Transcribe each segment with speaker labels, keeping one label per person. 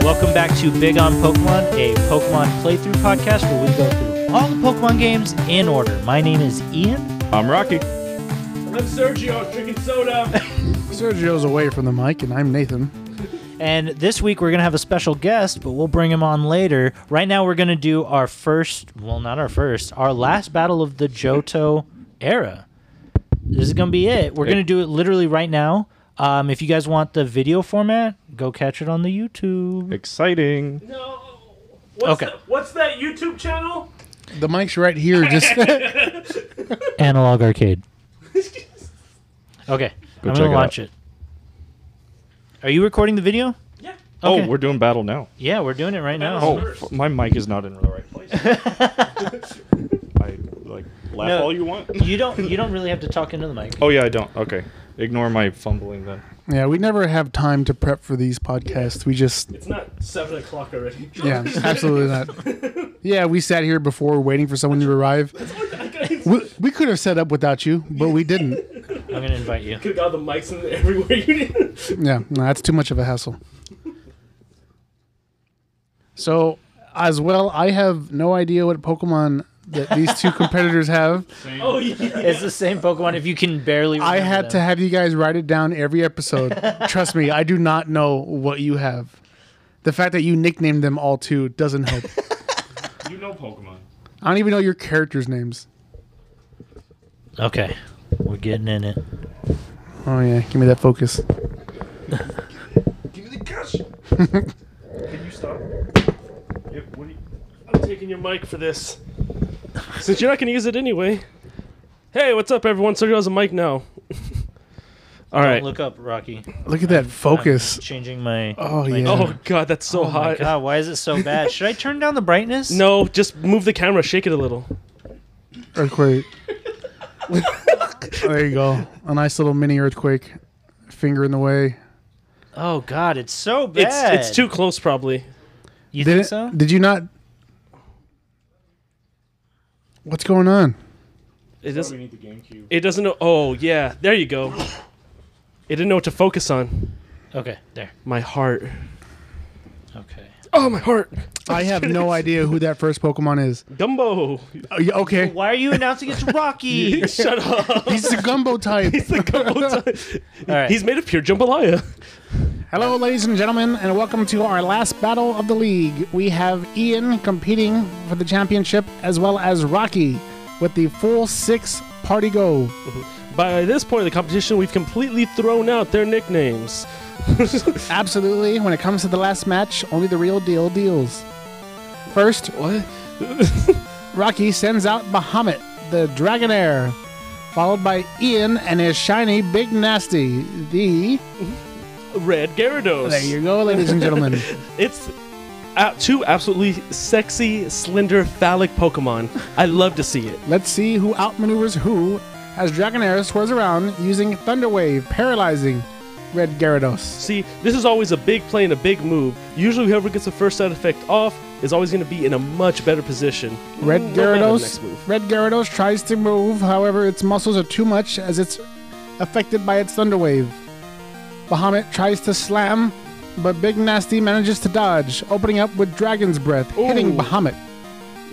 Speaker 1: to Big on Pokemon, a Pokemon playthrough podcast where we go through all the Pokemon games in order. My name is Ian.
Speaker 2: I'm Rocky.
Speaker 3: I'm Sergio drinking soda.
Speaker 4: Sergio's away from the mic, and I'm Nathan.
Speaker 1: And this week we're going to have a special guest, but we'll bring him on later. Right now we're going to do our first, well, not our first, our last battle of the Johto era. This is going to be it. We're going to do it literally right now. Um, if you guys want the video format, go catch it on the YouTube.
Speaker 2: Exciting.
Speaker 3: no. What's
Speaker 1: Okay.
Speaker 3: The, what's that YouTube channel?
Speaker 4: The mic's right here. Just
Speaker 1: Analog Arcade. Okay, I'm
Speaker 2: check
Speaker 1: going to
Speaker 2: it
Speaker 1: launch
Speaker 2: out.
Speaker 1: it. Are you recording the video?
Speaker 3: yeah.
Speaker 1: Okay.
Speaker 2: Oh, we're doing battle now.
Speaker 1: Yeah, we're doing it right now.
Speaker 2: Oh,
Speaker 3: First.
Speaker 2: f- my mic is not in the right place. I like laugh
Speaker 1: No.
Speaker 2: all you want.
Speaker 1: You don't you don't really have to talk into the mic.
Speaker 2: Oh yeah, I don't. Okay, ignore my fumbling then.
Speaker 4: yeah, we never have time to prep for these podcasts. We just
Speaker 3: It's not seven o'clock already.
Speaker 4: yeah, absolutely not. Yeah, we sat here before waiting for someone to arrive.
Speaker 3: I could
Speaker 4: We, we could have set up without you, but we didn't.
Speaker 1: I'm gonna invite you.
Speaker 3: have got the mics in everywhere you need.
Speaker 4: Yeah, no, that's too much of a hassle. So, as well, I have no idea what Pokemon that these two competitors have.
Speaker 3: Oh yeah.
Speaker 1: It's the same Pokemon if you can barely.
Speaker 4: I
Speaker 1: remember
Speaker 4: had to
Speaker 1: them.
Speaker 4: have you guys write it down every episode. Trust me, I do not know what you have. The fact that you nicknamed them all too doesn't help.
Speaker 3: You know Pokemon.
Speaker 4: I don't even know your characters' names.
Speaker 1: Okay, we're getting in it.
Speaker 4: Oh yeah, give me that focus.
Speaker 3: Give me the cash. Can you stop? Yep, what do you... I'm taking your mic for this. Since you're not gonna use it anyway. Hey, what's up, everyone? Sergio's a mic now. All right.
Speaker 1: Look up, Rocky.
Speaker 4: Look at that focus.
Speaker 1: Changing my.
Speaker 4: Oh
Speaker 1: my-
Speaker 4: yeah.
Speaker 3: Oh god, that's so
Speaker 1: Oh my
Speaker 3: hot.
Speaker 1: god! Why is it so bad? Should I turn down the brightness?
Speaker 3: No, just move the camera, shake it a little.
Speaker 4: Earthquake. there you go. A nice little mini earthquake. Finger in the way.
Speaker 1: Oh god, it's so
Speaker 3: It's
Speaker 1: bad.
Speaker 3: it's too close, probably.
Speaker 1: You
Speaker 4: Did
Speaker 1: think
Speaker 4: it,
Speaker 1: so?
Speaker 4: Did you not? What's going on?
Speaker 3: It doesn't.
Speaker 2: need the GameCube.
Speaker 3: It doesn't know. Oh yeah, there you go. It didn't know what to focus on.
Speaker 1: Okay, there.
Speaker 3: My heart.
Speaker 1: Okay.
Speaker 3: Oh my heart.
Speaker 4: I have no idea who that first Pokemon is.
Speaker 3: Gumbo.
Speaker 4: Oh, yeah, Okay,
Speaker 1: Why are you announcing it's Rocky?
Speaker 3: Shut up.
Speaker 4: he's the gumbo type.
Speaker 1: All right.
Speaker 3: He's made of pure jambalaya.
Speaker 4: Hello, ladies and gentlemen, and welcome to our last battle of the league. We have Ian competing for the championship as well as Rocky with the full six party go.
Speaker 3: By this point of the competition, we've completely thrown out their nicknames.
Speaker 4: Absolutely, when it comes to the last match, only the real deal deals. First, what? Rocky sends out Bahamut, the Dragonair, followed by Ian and his shiny Big Nasty, the.
Speaker 3: Red Gyarados.
Speaker 4: There you go, ladies and gentlemen.
Speaker 3: It's uh, two absolutely sexy, slender, phallic Pokemon. I love to see it.
Speaker 4: Let's see who outmaneuvers who as Dragonair swerves around using Thunder Wave, paralyzing Red Gyarados.
Speaker 3: See, this is always a big play and a big move. Usually, whoever gets the first side effect off is always going to be in a much better position.
Speaker 4: Red
Speaker 3: Mm, we'll have the
Speaker 4: Gyarados,
Speaker 3: next move.
Speaker 4: Red Gyarados tries to move, however, its muscles are too much as it's affected by its Thunder Wave. Bahamut tries to slam, but Big Nasty manages to dodge, opening up with Dragon's Breath, hitting
Speaker 3: Ooh.
Speaker 4: Bahamut.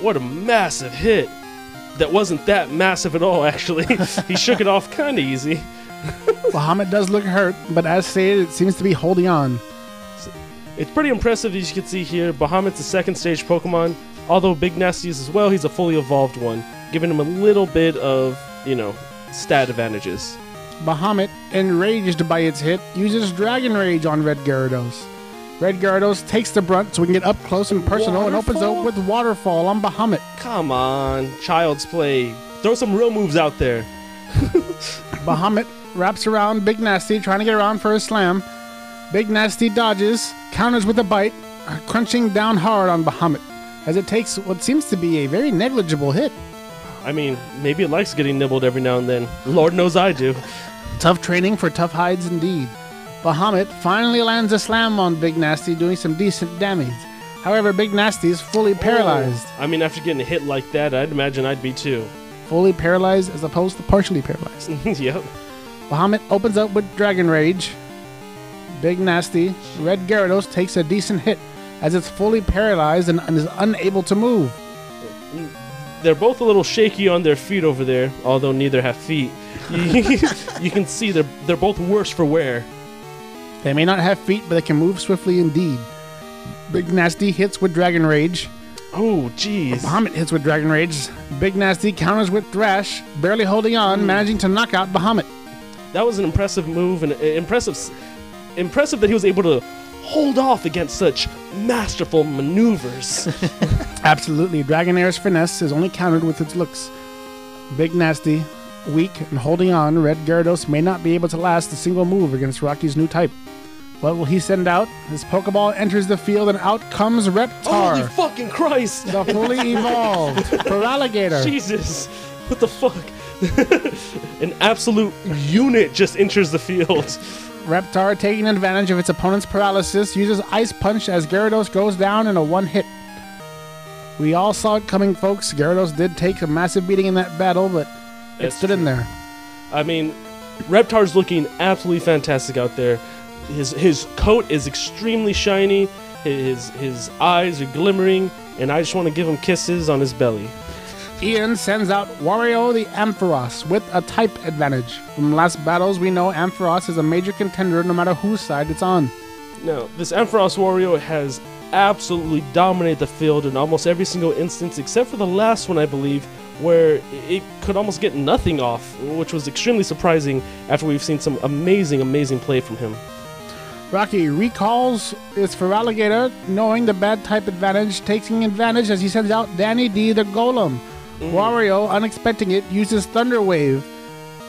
Speaker 3: What a massive hit! That wasn't that massive at all, actually. he shook it off kind of easy.
Speaker 4: Bahamut does look hurt, but as stated, it seems to be holding on.
Speaker 3: It's pretty impressive, as you can see here. Bahamut's a second stage Pokemon, although Big Nasty is as well. He's a fully evolved one, giving him a little bit of, you know, stat advantages.
Speaker 4: Bahamut, enraged by its hit, uses Dragon Rage on Red Gyarados. Red Gyarados takes the brunt so we can get up close and personal and opens
Speaker 3: Waterfall?
Speaker 4: up with Waterfall on Bahamut.
Speaker 3: Come on, child's play. Throw some real moves out there.
Speaker 4: Bahamut wraps around Big Nasty, trying to get around for a slam. Big Nasty dodges, counters with a bite, uh, crunching down hard on Bahamut as it takes what seems to be a very negligible hit.
Speaker 3: I mean, maybe it likes getting nibbled every now and then. Lord knows I do.
Speaker 4: Tough training for tough hides indeed. Bahamut finally lands a slam on Big Nasty, doing some decent damage. However, Big Nasty is fully paralyzed.
Speaker 3: I mean, after getting hit like that, I'd imagine I'd be too.
Speaker 4: fully paralyzed as opposed to partially paralyzed.
Speaker 3: yep.
Speaker 4: Bahamut opens up with Dragon Rage. Big Nasty. Red Gyarados takes a decent hit, as it's fully paralyzed and, and is unable to move.
Speaker 3: They're both a little shaky on their feet over there, although neither have feet. you can see they're they're both worse for wear.
Speaker 4: They may not have feet, but they can move swiftly indeed. Big Nasty hits with Dragon Rage.
Speaker 3: Oh, jeez.
Speaker 4: Bahamut hits with Dragon Rage. Big Nasty counters with Thrash, barely holding on, managing to knock out Bahamut.
Speaker 3: That was an impressive move and uh, impressive s- impressive that he was able to hold off against such masterful maneuvers.
Speaker 4: Absolutely. Dragonair's finesse is only countered with its looks. Big Nasty, weak and holding on, Red Gyarados may not be able to last a single move against Rocky's new type. What will he send out? His Pokeball enters the field and out comes
Speaker 3: Holy
Speaker 4: Reptar,
Speaker 3: fucking Christ.
Speaker 4: the fully evolved Paraligator.
Speaker 3: Jesus. What the fuck? an absolute unit just enters the field.
Speaker 4: Reptar, taking advantage of its opponent's paralysis, uses Ice Punch as Gyarados goes down in a one hit. We all saw it coming, folks. Gyarados did take a massive beating in that battle, but it
Speaker 3: That's
Speaker 4: stood in there.
Speaker 3: I mean, Reptar's looking absolutely fantastic out there. His his coat is extremely shiny. His his eyes are glimmering, and I just want to give him kisses on his belly.
Speaker 4: Ian sends out Wario the Ampharos with a type advantage. From last battles, we know Ampharos is a major contender no matter whose side it's on.
Speaker 3: Now, this Ampharos Wario has absolutely dominated the field in almost every single instance, except for the last one, I believe, where it could almost get nothing off, which was extremely surprising after we've seen some amazing, amazing play from him.
Speaker 4: Rocky recalls his Feraligatr, knowing the bad type advantage, taking advantage as he sends out Danny D the Golem. Wario, unexpecting it, uses Thunder Wave.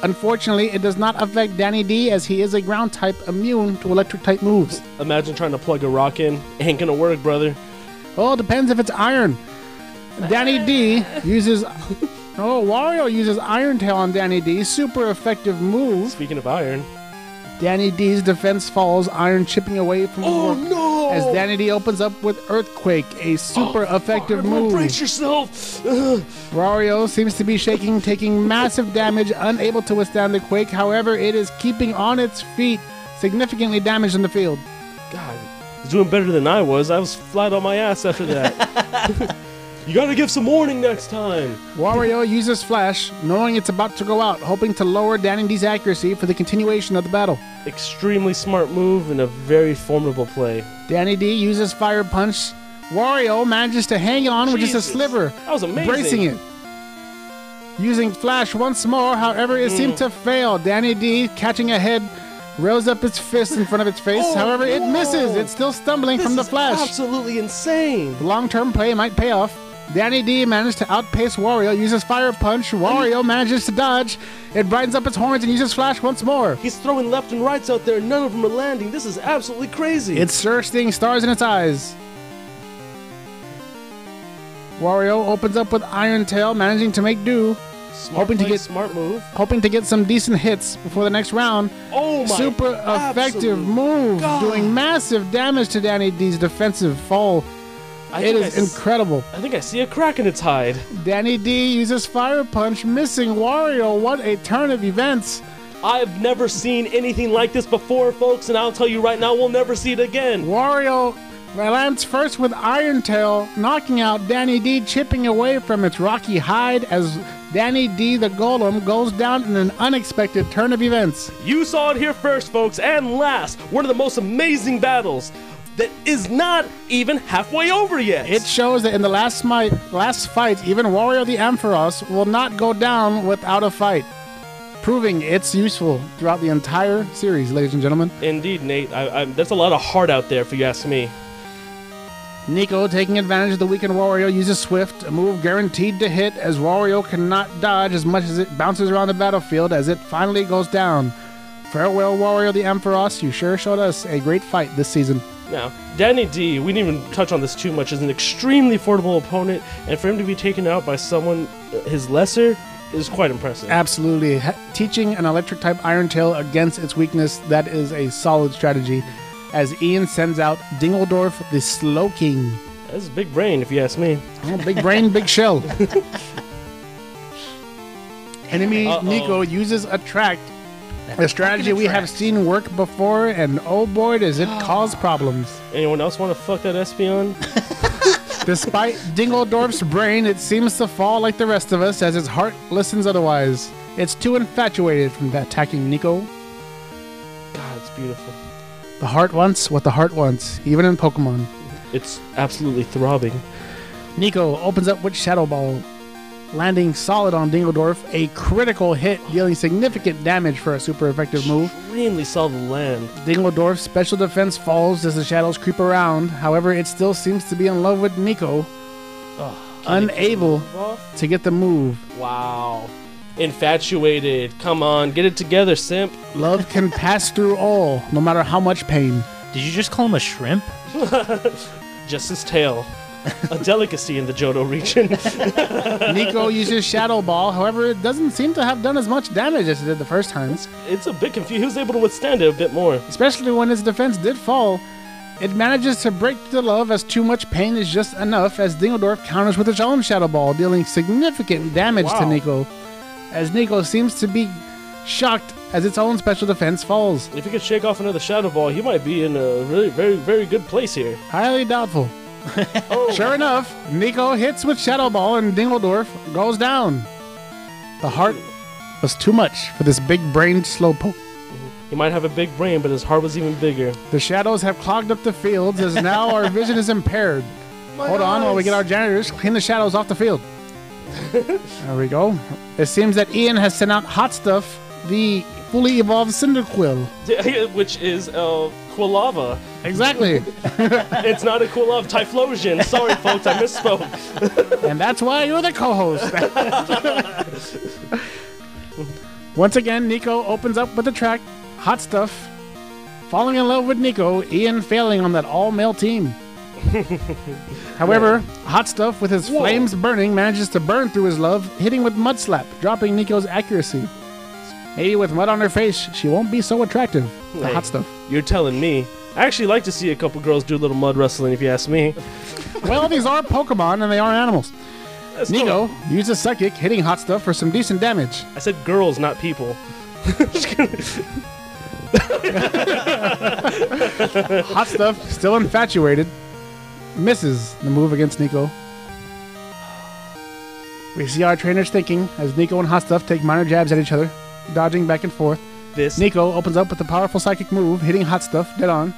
Speaker 4: Unfortunately, it does not affect Danny D as he is a ground type immune to electric type moves.
Speaker 3: Imagine trying to plug a rock in. Ain't gonna work, brother.
Speaker 4: Oh, depends if it's iron. Danny D uses. Oh, Wario uses Iron Tail on Danny D. Super effective move.
Speaker 3: Speaking of iron.
Speaker 4: Danny D's defense falls, Iron chipping away from the
Speaker 3: Oh,
Speaker 4: work
Speaker 3: no!
Speaker 4: As Danny D opens up with Earthquake, a super effective move.
Speaker 3: Brace yourself! Ugh.
Speaker 4: Wario seems to be shaking, taking massive damage, unable to withstand the quake. However, it is keeping on its feet, significantly damaged in the field.
Speaker 3: God, he's doing better than I was. I was flat on my ass after that. you gotta give some warning next time.
Speaker 4: Wario uses Flash, knowing it's about to go out, hoping to lower Danny D's accuracy for the continuation of the battle.
Speaker 3: Extremely smart move and a very formidable play.
Speaker 4: Danny D uses Fire Punch. Wario manages to hang on with just a
Speaker 3: Jesus.
Speaker 4: sliver,
Speaker 3: That was amazing.
Speaker 4: bracing it. Using Flash once more, however, it seemed
Speaker 3: Mm.
Speaker 4: to fail. Danny D, catching a head, rose up its fist in front of its face.
Speaker 3: Oh,
Speaker 4: however, it
Speaker 3: no.
Speaker 4: misses. It's still stumbling
Speaker 3: This
Speaker 4: from the
Speaker 3: is
Speaker 4: Flash.
Speaker 3: Absolutely insane.
Speaker 4: The long term play might pay off. Danny D manages to outpace Wario, uses Fire Punch. Wario manages to dodge. It brightens up its horns and uses Flash once more.
Speaker 3: He's throwing left and rights out there. None of them are landing. This is absolutely crazy.
Speaker 4: It's bursting stars in its eyes. Wario opens up with Iron Tail, managing to make do,
Speaker 3: smart
Speaker 4: hoping to
Speaker 3: play,
Speaker 4: get-
Speaker 3: smart move.
Speaker 4: hoping to get some decent hits before the next round.
Speaker 3: Oh my!
Speaker 4: Super effective
Speaker 3: absolute
Speaker 4: move,
Speaker 3: God.
Speaker 4: doing massive damage to Danny D's defensive fall.
Speaker 3: I
Speaker 4: It
Speaker 3: think
Speaker 4: is
Speaker 3: I s-
Speaker 4: incredible.
Speaker 3: I think I see a crack in its hide.
Speaker 4: Danny D uses Fire Punch, missing Wario. What a turn of events!
Speaker 3: I've never seen anything like this before, folks, and I'll tell you right now, we'll never see it again.
Speaker 4: Wario lands first with Iron Tail, knocking out Danny D, chipping away from its rocky hide as Danny D, the golem, goes down in an unexpected turn of events.
Speaker 3: You saw it here first, folks, and last, one of the most amazing battles that is not even halfway over yet.
Speaker 4: It shows that in the last, smite, last fight, even Wario the Ampharos will not go down without a fight, proving it's useful throughout the entire series, ladies and gentlemen.
Speaker 3: Indeed, Nate. I, I, there's a lot of heart out there, if you ask me.
Speaker 4: Nico, taking advantage of the weakened Wario, uses Swift, a move guaranteed to hit as Wario cannot dodge as much as it bounces around the battlefield as it finally goes down. Farewell, Wario the Ampharos. You sure showed us a great fight this season.
Speaker 3: Now, Danny D, we didn't even touch on this too much, is an extremely formidable opponent, and for him to be taken out by someone uh, his lesser is quite impressive.
Speaker 4: Absolutely. H- teaching an electric type Iron Tail against its weakness, that is a solid strategy. As Ian sends out Dingledorf the Slow King.
Speaker 3: That's a big brain, if you ask me.
Speaker 4: Oh, big brain, big shell. Enemy
Speaker 3: Uh-oh.
Speaker 4: Nico uses attract A strategy we have seen work before, and oh boy, does it cause problems.
Speaker 3: Anyone else want to fuck that Espeon?
Speaker 4: Despite Dingledorf's brain, it seems to fall like the rest of us as its heart listens otherwise. It's too infatuated from attacking Nico.
Speaker 3: God, it's beautiful.
Speaker 4: The heart wants what the heart wants, even in Pokemon.
Speaker 3: It's absolutely throbbing.
Speaker 4: Nico opens up with Shadow Ball, landing solid on Dingledorf, a critical hit, dealing significant damage for a super effective move.
Speaker 3: Extremely solid land.
Speaker 4: Dingledorf's special defense falls as the shadows creep around, however, it still seems to be in love with Nico, unable to get the move.
Speaker 3: Wow. Infatuated. Come on, get it together, simp.
Speaker 4: Love can pass through all, no matter how much pain.
Speaker 1: Did you just call him a shrimp?
Speaker 3: Just his tail. A delicacy in the Johto region.
Speaker 4: Nico uses Shadow Ball, however, it doesn't seem to have done as much damage as it did the first time.
Speaker 3: it's a bit confused. He was able to withstand it a bit more.
Speaker 4: Especially when his defense did fall, it manages to break the love as too much pain is just enough as Dingledorf counters with his own Shadow Ball, dealing significant damage to
Speaker 3: Wow.
Speaker 4: Nico, as Nico seems to be shocked as its own special defense falls.
Speaker 3: If he could shake off another Shadow Ball, he might be in a really, very, very good place here.
Speaker 4: Highly doubtful. Sure enough, Nico hits with Shadow Ball and Dingledorf goes down. The heart was too much for this big brained slowpoke.
Speaker 3: He might have a big brain, but his heart was even bigger.
Speaker 4: The shadows have clogged up the fields as now our vision is impaired. Hold on while we get our janitors, clean the shadows off the field. there we go. It seems that Ian has sent out Hot Stuff, the fully evolved Cyndaquil.
Speaker 3: Which is uh, Quilava.
Speaker 4: Exactly.
Speaker 3: It's not a Quilava. Typhlosion. Sorry, folks, I misspoke.
Speaker 4: and that's why you're the co-host. Once again, Nico opens up with the track "Hot Stuff." Falling in love with Nico, Ian failing on that all-male team. However, Hot Stuff, with his flames burning, manages to burn through his love, hitting with Mud Slap, dropping Nico's accuracy. Maybe with mud on her face, she won't be so attractive. The
Speaker 3: Hey.
Speaker 4: Hot Stuff.
Speaker 3: You're telling me. I actually like to see a couple girls do a little mud wrestling, if you ask me.
Speaker 4: Well, these are Pokemon and they are animals.
Speaker 3: That's cool.
Speaker 4: Nico uses Psychic, hitting Hot Stuff for some decent damage.
Speaker 3: I said girls, not people.
Speaker 4: Hot stuff, still infatuated. Misses the move against Nico. We see our trainers thinking as Nico and Hot Stuff take minor jabs at each other, dodging back and forth.
Speaker 3: This
Speaker 4: Nico opens up with a powerful psychic move, hitting Hot Stuff dead on.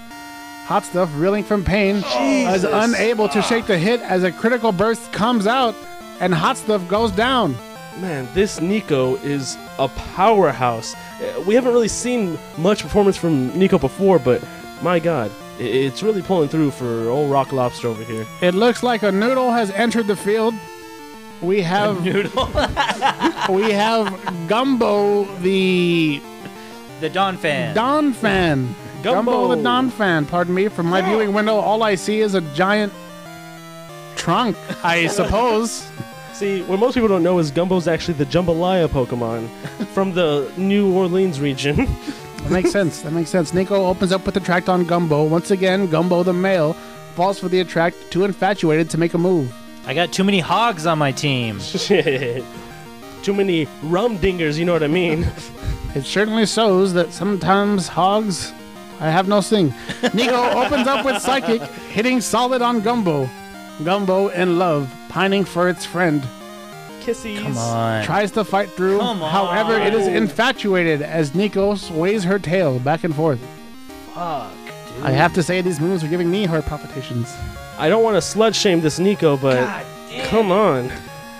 Speaker 4: Hot Stuff, reeling from pain, is unable to shake the hit as a critical burst comes out and Hot Stuff goes down.
Speaker 3: man, this Nico is a powerhouse. Uh, We haven't really seen much performance from Nico before, but my God, i- it's really pulling through for old Rock Lobster over here.
Speaker 4: It looks like a noodle has entered the field. We have we have Gumbo the
Speaker 1: The Don fan.
Speaker 4: Don fan. Gumbo.
Speaker 3: Gumbo.
Speaker 4: the Don fan. Pardon me. From my viewing window, all I see is a giant trunk, I suppose.
Speaker 3: See, what most people don't know is Gumbo's actually the Jambalaya Pokemon from the New Orleans region.
Speaker 4: that makes sense. That makes sense. Nico opens up with the tract on Gumbo. Once again, Gumbo the male falls for the attract, too infatuated to make a move.
Speaker 1: I got too many hogs on my team.
Speaker 3: Shit. Too many rum dingers, you know what I mean?
Speaker 4: It certainly shows that sometimes hogs. I have no sing. Nico opens up with Psychic, hitting solid on Gumbo. Gumbo in love, pining for its friend.
Speaker 3: Kissies.
Speaker 1: Come on.
Speaker 4: tries to fight through.
Speaker 1: Come on.
Speaker 4: However, it is infatuated as Nico sways her tail back and forth.
Speaker 1: Fuck, dude.
Speaker 4: I have to say, these moves are giving me heart palpitations.
Speaker 3: I don't want to slut shame this Nico, but come on.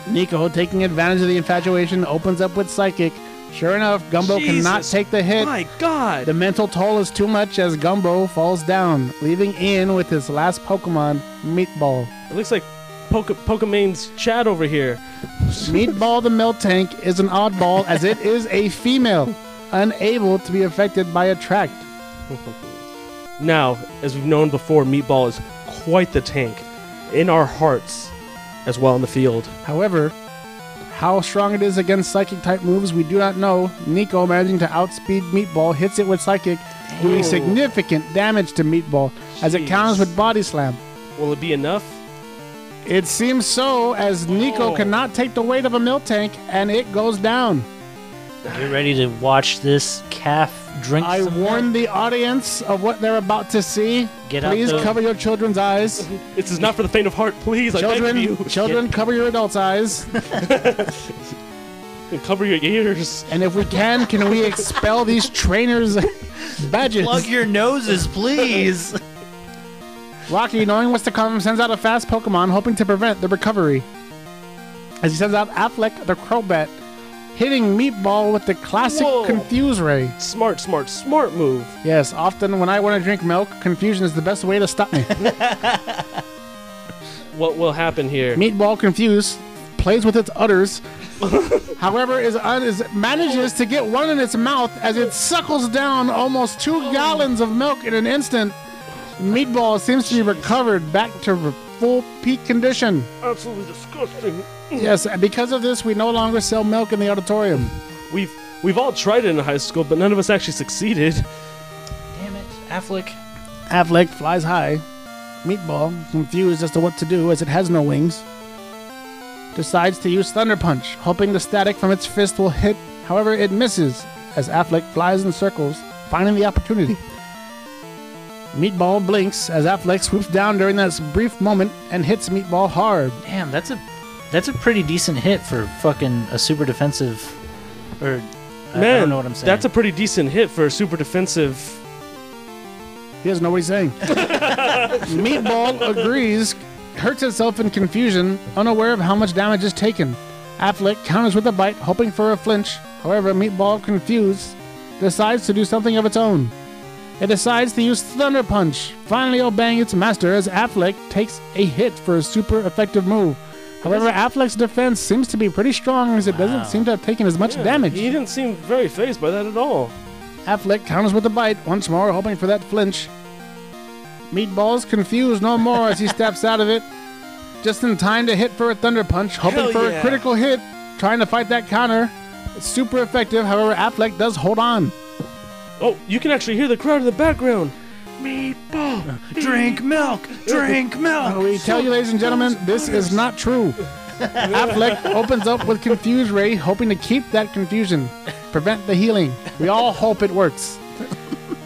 Speaker 4: Nico, taking advantage of the infatuation, opens up with Psychic. Sure enough, Gumbo cannot
Speaker 3: Jesus.
Speaker 4: take the hit.
Speaker 3: My God.
Speaker 4: The mental toll is too much as Gumbo falls down, leaving Ian with his last Pokemon, Meatball.
Speaker 3: It looks like Poke- Pokemane's Chad over here.
Speaker 4: Meatball the Milk Tank is an oddball as it is a female, unable to be affected by attract.
Speaker 3: Now, as we've known before, Meatball is quite the tank in our hearts as well in the field.
Speaker 4: However, how strong it is against psychic type moves, we do not know. Nico, managing to outspeed Meatball, hits it with psychic, doing significant damage to Meatball as it counters with body slam.
Speaker 3: Will it be enough?
Speaker 4: It seems so, as Nico
Speaker 3: Oh.
Speaker 4: cannot take the weight of a milk tank and it goes down.
Speaker 1: Get ready to watch this calf drink.
Speaker 4: I
Speaker 1: some-
Speaker 4: warn the audience of what they're about to see.
Speaker 1: Get out
Speaker 4: Please
Speaker 1: the-
Speaker 4: cover your children's eyes.
Speaker 3: This is not for the faint of heart. Please, I beg
Speaker 4: Children,
Speaker 3: of you.
Speaker 4: children, cover your adults' eyes.
Speaker 3: And cover your ears.
Speaker 4: And if we can, can we expel these trainers' badges?
Speaker 1: Plug your noses, please.
Speaker 4: Rocky, knowing what's to come, sends out a fast Pokemon, hoping to prevent the recovery. As he sends out Affleck the Crobat, hitting Meatball with the classic
Speaker 3: Whoa.
Speaker 4: Confuse Ray.
Speaker 3: Smart, smart, smart move.
Speaker 4: Yes, often when I want to drink milk, confusion is the best way to stop me.
Speaker 3: What will happen here?
Speaker 4: Meatball Confused plays with its udders, however, is, un- is manages to get one in its mouth as it suckles down almost two gallons of milk in an instant. Meatball seems to be recovered back to re- full peak condition.
Speaker 3: Absolutely disgusting.
Speaker 4: Yes, and because of this, we no longer sell milk in the auditorium.
Speaker 3: We've we've all tried it in high school, but none of us actually succeeded.
Speaker 1: Damn it, Affleck.
Speaker 4: Affleck flies high. Meatball, confused as to what to do as it has no wings, decides to use Thunder Punch, hoping the static from its fist will hit. However, it misses as Affleck flies in circles, finding the opportunity. Meatball blinks as Affleck swoops down during that brief moment and hits Meatball hard.
Speaker 1: Damn, that's a that's a pretty decent hit for fucking a super defensive. Or I- I
Speaker 3: Man,
Speaker 1: don't know what I'm saying.
Speaker 3: that's a pretty decent hit for a super defensive.
Speaker 4: He doesn't know what he's saying. Meatball agrees, hurts itself in confusion, unaware of how much damage is taken. Affleck counters with a bite, hoping for a flinch. However, Meatball, confused, decides to do something of its own. It decides to use Thunder Punch, finally obeying its master as Affleck takes a hit for a super effective move. However, Affleck's defense seems to be pretty strong as it doesn't seem to have taken as much
Speaker 3: Yeah,
Speaker 4: damage.
Speaker 3: He didn't seem very phased by that at all.
Speaker 4: Affleck counters with a bite, once more hoping for that flinch. Meatball's confused no more as he steps out of it, just in time to hit for a thunder punch, hoping
Speaker 3: Hell
Speaker 4: for a
Speaker 3: yeah.
Speaker 4: critical hit, trying to fight that counter. It's super effective, however, Affleck does hold on.
Speaker 3: Oh, you can actually hear the crowd in the background.
Speaker 1: drink milk, drink milk.
Speaker 4: We tell you, ladies and gentlemen, this is not true. Affleck opens up with Confuse Ray, hoping to keep that confusion, prevent the healing. We all hope it works.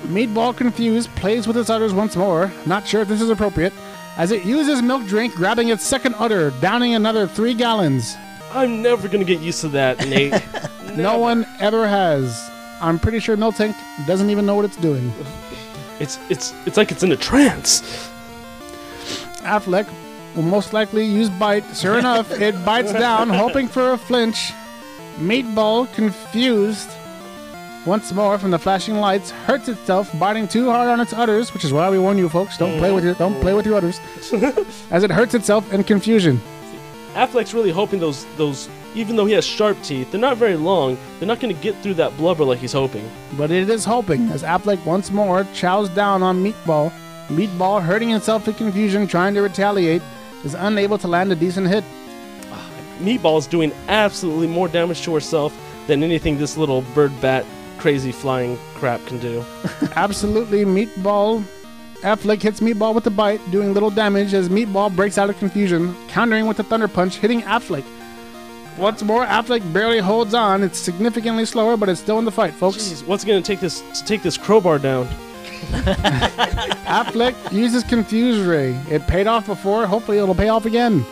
Speaker 4: Meatball Confused plays with its udders once more, not sure if this is appropriate, as it uses Milk Drink, grabbing its second udder, downing another three gallons.
Speaker 3: I'm never gonna get used to that, Nate.
Speaker 4: No one ever has. I'm pretty sure Miltank doesn't even know what it's doing.
Speaker 3: It's it's it's like it's in a trance.
Speaker 4: Affleck will most likely use bite. Sure enough, it bites down, hoping for a flinch. Meatball, confused once more from the flashing lights, hurts itself, biting too hard on its udders, which is why we warn you, folks. Don't play with your don't play with your udders, as it hurts itself in confusion.
Speaker 3: Affleck's really hoping those those even though he has sharp teeth, they're not very long. They're not going to get through that blubber like he's hoping.
Speaker 4: But it is hoping as Affleck once more chows down on Meatball. Meatball, hurting himself in confusion, trying to retaliate, is unable to land a decent hit.
Speaker 3: Meatball's doing absolutely more damage to herself than anything this little bird bat crazy flying crap can do.
Speaker 4: Absolutely, Meatball. Affleck hits Meatball with a bite, doing little damage as Meatball breaks out of confusion, countering with a Thunder Punch, hitting Affleck. Once more, Affleck barely holds on. It's significantly slower, but it's still in the fight, folks.
Speaker 3: Jeez, what's going to take this to take this crowbar down?
Speaker 4: Affleck uses Confuse Ray. It paid off before. Hopefully, it'll pay off again.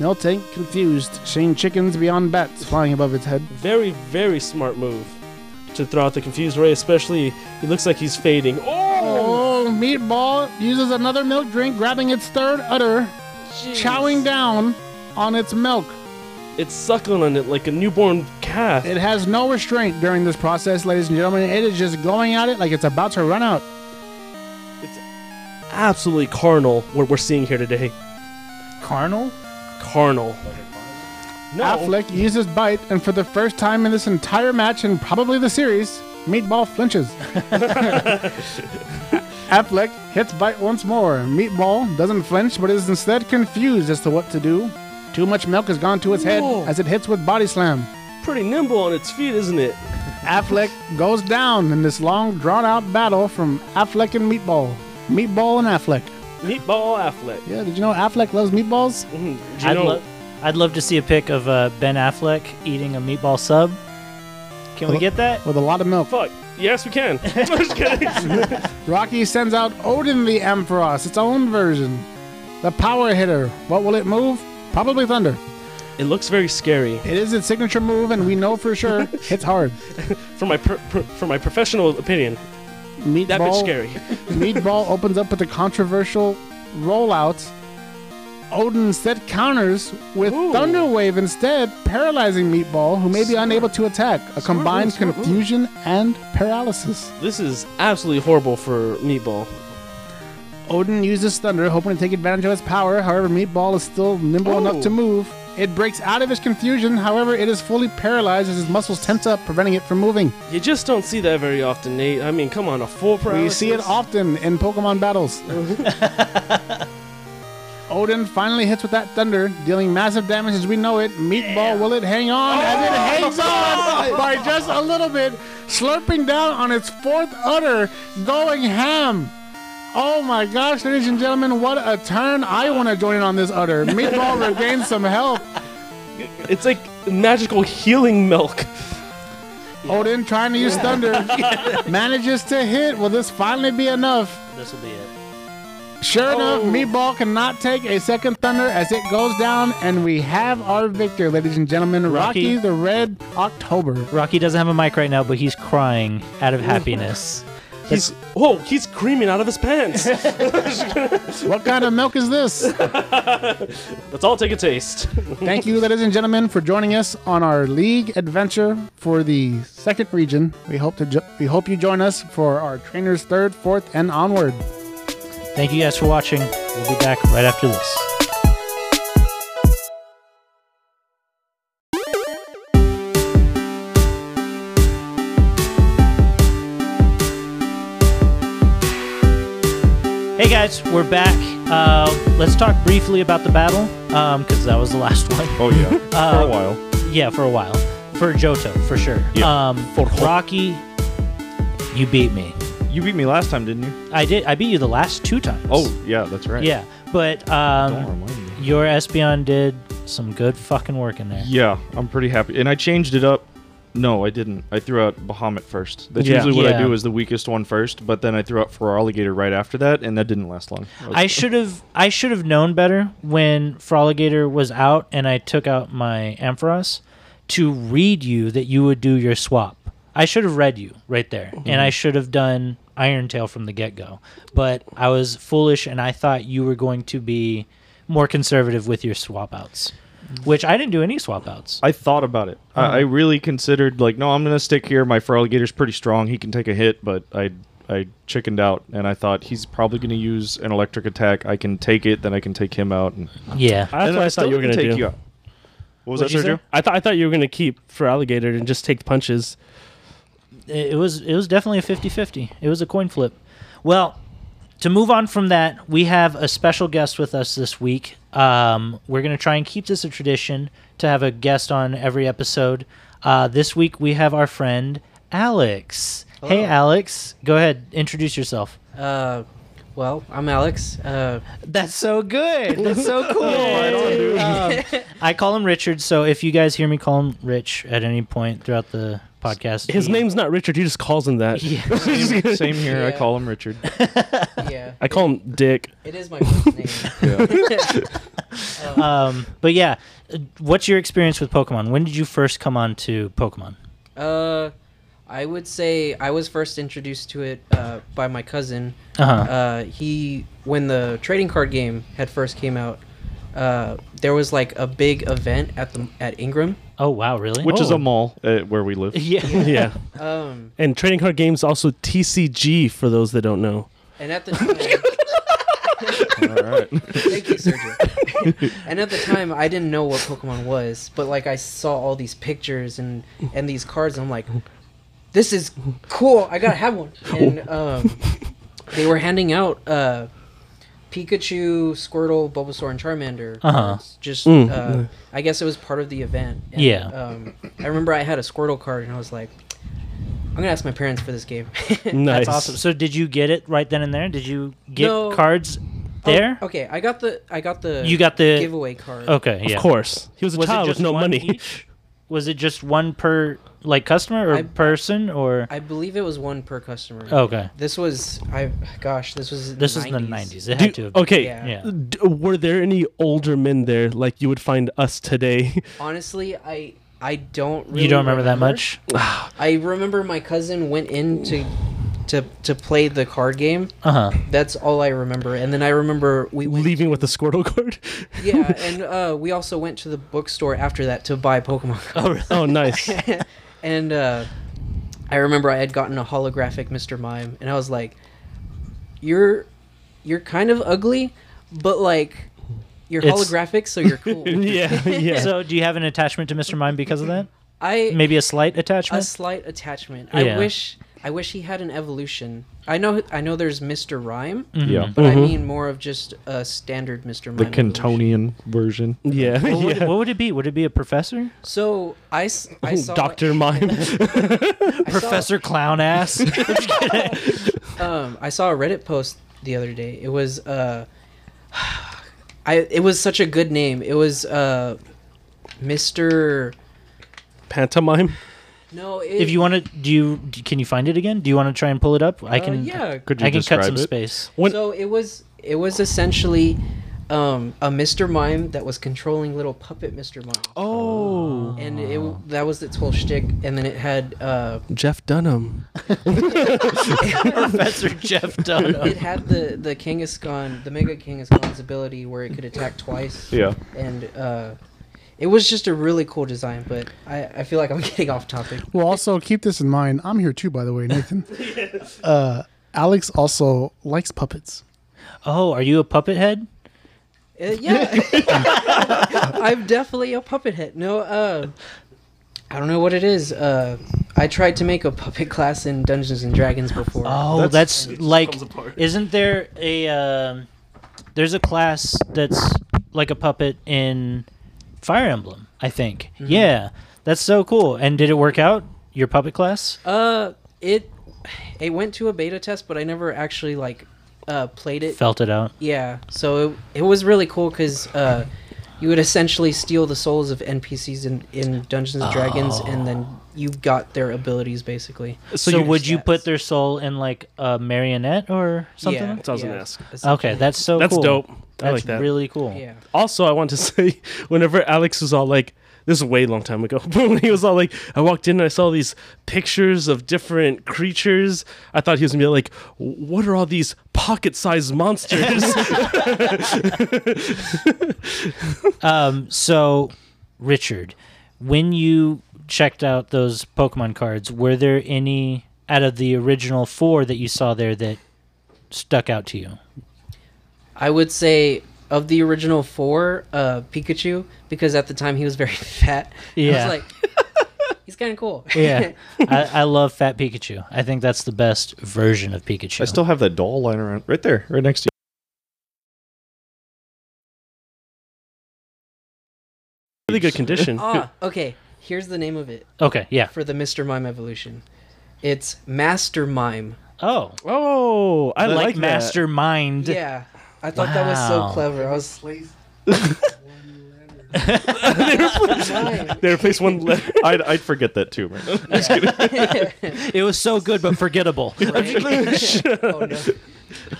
Speaker 4: No tank confused, seeing chickens beyond bats flying above its head.
Speaker 3: Very very smart move to throw out the confused ray, especially he looks like he's fading. Oh,
Speaker 4: Oh, Meatball uses another milk drink, grabbing its third udder,
Speaker 3: jeez.
Speaker 4: chowing down on its milk.
Speaker 3: It's suckling on it like a newborn calf.
Speaker 4: It has no restraint during this process, ladies and gentlemen. It is just going at it like it's about to run out.
Speaker 3: Absolutely carnal. What we're seeing here today,
Speaker 1: Carnal?
Speaker 3: carnal. No.
Speaker 4: Affleck uses bite, and for the first time in this entire match and probably the series, Meatball flinches. Affleck hits bite once more. Meatball doesn't flinch, but is instead confused as to what to do. Too much milk has gone to its head
Speaker 3: Whoa.
Speaker 4: as it hits with body slam.
Speaker 3: pretty nimble on its feet, isn't it?
Speaker 4: Affleck goes down in this long, drawn-out battle from Affleck and Meatball. Meatball and Affleck.
Speaker 3: Meatball Affleck.
Speaker 4: Yeah, did you know Affleck loves meatballs?
Speaker 3: Mm, do you
Speaker 1: I'd,
Speaker 3: know,
Speaker 1: lo- I'd love to see a pic of uh, Ben Affleck eating a meatball sub Can we get that?
Speaker 4: with a lot of milk.
Speaker 3: Fuck. Yes, we can. I'm just kidding.
Speaker 4: Rocky sends out Odin the Ampharos, its own version. The power hitter. What will it move? Probably thunder.
Speaker 3: it looks very scary.
Speaker 4: It is its signature move, and we know for sure it's hard.
Speaker 3: From my per- per- from my professional opinion,
Speaker 4: Meatball,
Speaker 3: that bitch scary.
Speaker 4: Meatball opens up with a controversial rollout. Odin set counters with
Speaker 3: Ooh.
Speaker 4: Thunder Wave instead, paralyzing Meatball, who may be unable to attack. A combined
Speaker 3: smart move.
Speaker 4: confusion and paralysis.
Speaker 3: This is absolutely horrible for Meatball.
Speaker 4: Odin uses Thunder, hoping to take advantage of its power. However, Meatball is still nimble
Speaker 3: Oh.
Speaker 4: enough to move. It breaks out of his confusion. However, it is fully paralyzed as his muscles tense up, preventing it from moving.
Speaker 3: You just don't see that very often, Nate. I mean, come on, a full
Speaker 4: We
Speaker 3: paralysis.
Speaker 4: see it often in Pokemon battles. Odin finally hits with that thunder, dealing massive damage as we know it. Meatball, will it hang on as it hangs on by just a little bit, slurping down on its fourth udder, going ham. Oh my gosh, ladies and gentlemen, what a turn. I want to join in on this udder. Meatball regains some health.
Speaker 3: It's like magical healing milk.
Speaker 4: Odin trying to Oh, use thunder manages to hit. Will this finally be enough?
Speaker 1: This will be it.
Speaker 4: Sure enough,
Speaker 3: Oh.
Speaker 4: Meatball cannot take a second thunder as it goes down, and we have our victor, ladies and gentlemen.
Speaker 1: Rocky.
Speaker 4: Rocky, the Red October.
Speaker 1: Rocky doesn't have a mic right now, but he's crying out of happiness.
Speaker 3: He's whoa, he's creaming out of his pants.
Speaker 4: What kind of milk is this?
Speaker 3: Let's all take a taste.
Speaker 4: Thank you, ladies and gentlemen, for joining us on our league adventure for the second region. We hope to jo- we hope you join us for our trainers third, fourth, and onward.
Speaker 1: Thank you guys for watching. We'll be back right after this. Hey guys, we're back. Uh, let's talk briefly about the battle because that was the last one.
Speaker 2: Oh yeah, for
Speaker 1: Um,
Speaker 2: a while.
Speaker 1: Yeah, for a while. For Johto, for sure.
Speaker 2: Yeah.
Speaker 1: Um, for Rocky, you beat me.
Speaker 2: You beat me last time, didn't you?
Speaker 1: I did. I beat you the last two times.
Speaker 2: Oh yeah, that's right.
Speaker 1: Yeah, but
Speaker 2: Don't
Speaker 1: um,
Speaker 2: remind me.
Speaker 1: your Espeon did some good fucking work in there.
Speaker 2: Yeah, I'm pretty happy, and I changed it up. No, I didn't. I threw out Bahamut first. That's
Speaker 3: Yeah.
Speaker 2: usually what I
Speaker 1: Yeah.
Speaker 2: do is the weakest one first, but then I threw out for alligator right after that, and that didn't last long. That was-
Speaker 1: I should have I should have known better when Froligator was out and I took out my Ampharos to read you that you would do your swap. I should have read you right there, and I should have done Iron Tail from the get go. But I was foolish, and I thought you were going to be more conservative with your swap outs, which I didn't do any swap outs.
Speaker 2: I thought about it. I, I really considered like, no, I'm gonna stick here. My for alligator's pretty strong. He can take a hit, but I I chickened out, and I thought he's probably gonna use an electric attack. I can take it, then I can take him out. And
Speaker 1: yeah,
Speaker 3: That's
Speaker 2: And
Speaker 3: what
Speaker 2: I
Speaker 3: I thought
Speaker 2: still
Speaker 3: you were
Speaker 2: can
Speaker 3: gonna
Speaker 2: take
Speaker 3: do.
Speaker 2: you out. What was
Speaker 1: What'd
Speaker 2: that,
Speaker 1: you
Speaker 2: Sergio?
Speaker 1: say?
Speaker 3: I thought I thought you were gonna keep for alligator and just take punches.
Speaker 1: it it was it was definitely a 50-50 it was a coin flip well to move on from that we have a special guest with us this week um, we're going to try and keep this a tradition to have a guest on every episode uh, this week we have our friend alex hey alex go ahead introduce yourself
Speaker 5: Uh, well, I'm Alex. Uh,
Speaker 1: that's so good that's so cool Um, i call him richard so if you guys hear me call him rich at any point throughout the podcast
Speaker 3: His
Speaker 1: he-
Speaker 3: name's not Richard. He just calls him that.
Speaker 1: yeah.
Speaker 2: Same, same here. I
Speaker 5: Yeah.
Speaker 2: call him Richard.
Speaker 5: yeah,
Speaker 3: I call him Dick.
Speaker 5: it is my first name.
Speaker 2: Yeah.
Speaker 1: um, but yeah uh, what's your experience with pokemon when did you first come on to pokemon
Speaker 5: Uh, I would say I was first introduced to it uh, by my cousin.
Speaker 1: uh-huh
Speaker 5: Uh, he when the trading card game had first came out. Uh, there was like a big event at the at Ingram.
Speaker 1: Oh wow, really?
Speaker 2: which is
Speaker 1: Oh.
Speaker 2: a mall uh, where we live.
Speaker 1: yeah.
Speaker 3: Yeah.
Speaker 5: Um,
Speaker 3: And trading card games also TCG for those that don't know.
Speaker 5: and at the time,
Speaker 2: All right.
Speaker 5: Thank you, Sergio. and at the time, I didn't know what Pokemon was, but like I saw all these pictures and and these cards, and I'm like, this is cool. I gotta have one. And um, they were handing out uh, Pikachu, Squirtle, Bulbasaur, and Charmander.
Speaker 1: Uh-huh.
Speaker 5: cards. Just
Speaker 3: Mm.
Speaker 5: uh, I guess it was part of the event. And,
Speaker 1: Yeah.
Speaker 5: Um, I remember I had a Squirtle card, and I was like, I'm gonna ask my parents for this game.
Speaker 3: Nice.
Speaker 1: That's awesome. So did you get it right then and there? Did you get
Speaker 5: No.
Speaker 1: cards
Speaker 5: Oh,
Speaker 1: there?
Speaker 5: okay, I got the I got the
Speaker 1: You got the
Speaker 5: giveaway card.
Speaker 1: Okay, yeah.
Speaker 3: Of course. He was a
Speaker 1: Was it
Speaker 3: child
Speaker 1: just
Speaker 3: with no
Speaker 1: one
Speaker 3: money.
Speaker 1: each? was it just one per like customer or
Speaker 5: I-
Speaker 1: person or
Speaker 5: I believe it was one per customer.
Speaker 1: okay?
Speaker 5: This was I. Gosh, this was
Speaker 1: Oh. This was in the nineties. It
Speaker 3: Do-
Speaker 1: had to. Have been.
Speaker 5: been.
Speaker 3: okay.
Speaker 5: Yeah.
Speaker 1: Yeah.
Speaker 3: D- were there any older men there like you would find us today?
Speaker 5: Honestly, I I don't. Really
Speaker 1: You don't remember that much?
Speaker 5: I remember my cousin went in to to to play the card game.
Speaker 1: Uh huh.
Speaker 5: That's all I remember. And then I remember we went.
Speaker 3: Leaving with a Squirtle card.
Speaker 5: Yeah, and uh, we also went to the bookstore after that to buy Pokemon. cards.
Speaker 3: oh, nice.
Speaker 5: and uh, I remember I had gotten a holographic Mr. Mime, and I was like, "You're, you're kind of ugly, but like, you're
Speaker 1: It's-
Speaker 5: holographic, so you're cool."
Speaker 3: yeah, yeah.
Speaker 1: So, do you have an attachment to Mr. Mime because of that?
Speaker 5: I
Speaker 1: Maybe a slight
Speaker 5: a
Speaker 1: attachment.
Speaker 5: slight attachment.
Speaker 1: Yeah.
Speaker 5: I wish, I wish he had an evolution. I know, I know. There's Mr. Rhyme,
Speaker 2: Yeah.
Speaker 5: but I
Speaker 3: Mhm.
Speaker 5: mean more of just a standard Mr.
Speaker 2: Mm-hmm.
Speaker 5: Mime.
Speaker 2: The
Speaker 5: evolution.
Speaker 2: Kentonian version.
Speaker 3: yeah,
Speaker 1: What would,
Speaker 3: yeah.
Speaker 1: what would it be? Would it be a professor?
Speaker 5: So I, s- I saw
Speaker 3: Doctor Mime.
Speaker 5: I saw-
Speaker 1: Professor Clown Ass.
Speaker 5: um, I saw a Reddit post the other day. It was uh, I it was such a good name. It was uh, Mister.
Speaker 3: Pantomime.
Speaker 5: No, it,
Speaker 1: if you want to, do you can you find it again? Do you want to try and pull it up? I
Speaker 5: uh,
Speaker 1: can.
Speaker 5: yeah.
Speaker 2: Could you
Speaker 1: I can
Speaker 2: describe
Speaker 1: cut some
Speaker 2: it?
Speaker 1: space.
Speaker 3: When-
Speaker 5: so it was it was essentially um, a Mister Mime that was controlling little puppet Mister Mime,
Speaker 3: Oh,
Speaker 5: and it that was its whole shtick. And then it had uh,
Speaker 3: Jeff Dunham.
Speaker 1: Professor Jeff Dunham.
Speaker 5: it had the the Kangaskhan, the Mega Kangaskhan's ability where it could attack twice.
Speaker 2: Yeah.
Speaker 5: and uh, it was just a really cool design. But I, I feel like I'm getting off topic.
Speaker 4: Well, also keep this in mind. I'm here too, by the way, Nathan. uh, Alex also likes puppets.
Speaker 1: Oh, are you a puppet head?
Speaker 5: Uh, yeah, I'm definitely a puppet head. No, uh, I don't know what it is. Uh, I tried to make a puppet class in Dungeons and Dragons before.
Speaker 1: Oh, that's,
Speaker 2: That's-
Speaker 1: like, isn't there a um, there's a class that's like a puppet in Fire Emblem? I think. Yeah, that's so cool. And did it work out? Your puppet class?
Speaker 5: Uh, it it went to a beta test, but I never actually like uh, played it.
Speaker 1: Felt it out.
Speaker 5: Yeah, so it, it was really cool because uh, you would essentially steal the souls of NPCs in, in Dungeons and Dragons,
Speaker 1: Oh.
Speaker 5: and then you got their abilities basically.
Speaker 1: So,
Speaker 5: your
Speaker 1: would you put
Speaker 5: stats.
Speaker 1: their soul in like a marionette or something?
Speaker 3: That's what I was gonna ask.
Speaker 1: Okay, that's so.
Speaker 3: That's
Speaker 1: cool.
Speaker 3: dope. I
Speaker 1: That's
Speaker 3: like that.
Speaker 1: really cool.
Speaker 5: Yeah.
Speaker 3: Also, I want to say, whenever Alex was all like, this is a way long time ago, but when he was all like, I walked in and I saw these pictures of different creatures, I thought he was gonna be like, what are all these pocket sized monsters?
Speaker 1: Um, so, Richard, when you checked out those Pokemon cards, were there any out of the original four that you saw there that stuck out to you?
Speaker 5: I would say of the original four, uh, Pikachu, because at the time he was very fat.
Speaker 1: Yeah.
Speaker 5: I was like, he's kind of cool.
Speaker 1: Yeah, I, I love Fat Pikachu. I think that's the best version of Pikachu.
Speaker 2: I still have that doll lying around right there, right next to
Speaker 3: really good condition.
Speaker 5: ah, okay. Here's the name of it
Speaker 1: okay. Yeah.
Speaker 5: for the Mr. Mime evolution. It's Master Mime.
Speaker 1: Oh,
Speaker 3: Oh, I like, that.
Speaker 1: Master Mind.
Speaker 5: Yeah. I thought that was so
Speaker 1: Wow.
Speaker 5: clever. I was Mime.
Speaker 3: They replaced one letter.
Speaker 2: you. I'd, I'd forget that too, man.
Speaker 1: It was so good but forgettable.
Speaker 5: Right? oh, no.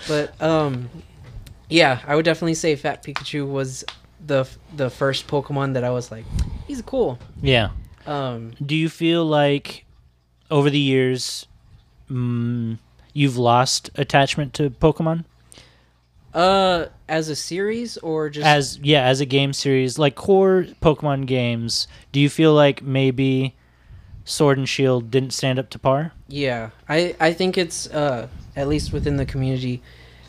Speaker 5: But um, yeah, I would definitely say Fat Pikachu was the the first Pokemon that I was like, he's cool.
Speaker 1: yeah.
Speaker 5: Um,
Speaker 1: Do you feel like over the years, mm, you've lost attachment to Pokemon?
Speaker 5: uh, as a series or just
Speaker 1: as yeah as a game series like core pokemon games do you feel like maybe sword and shield didn't stand up to par
Speaker 5: yeah, I I think it's uh at least within the community,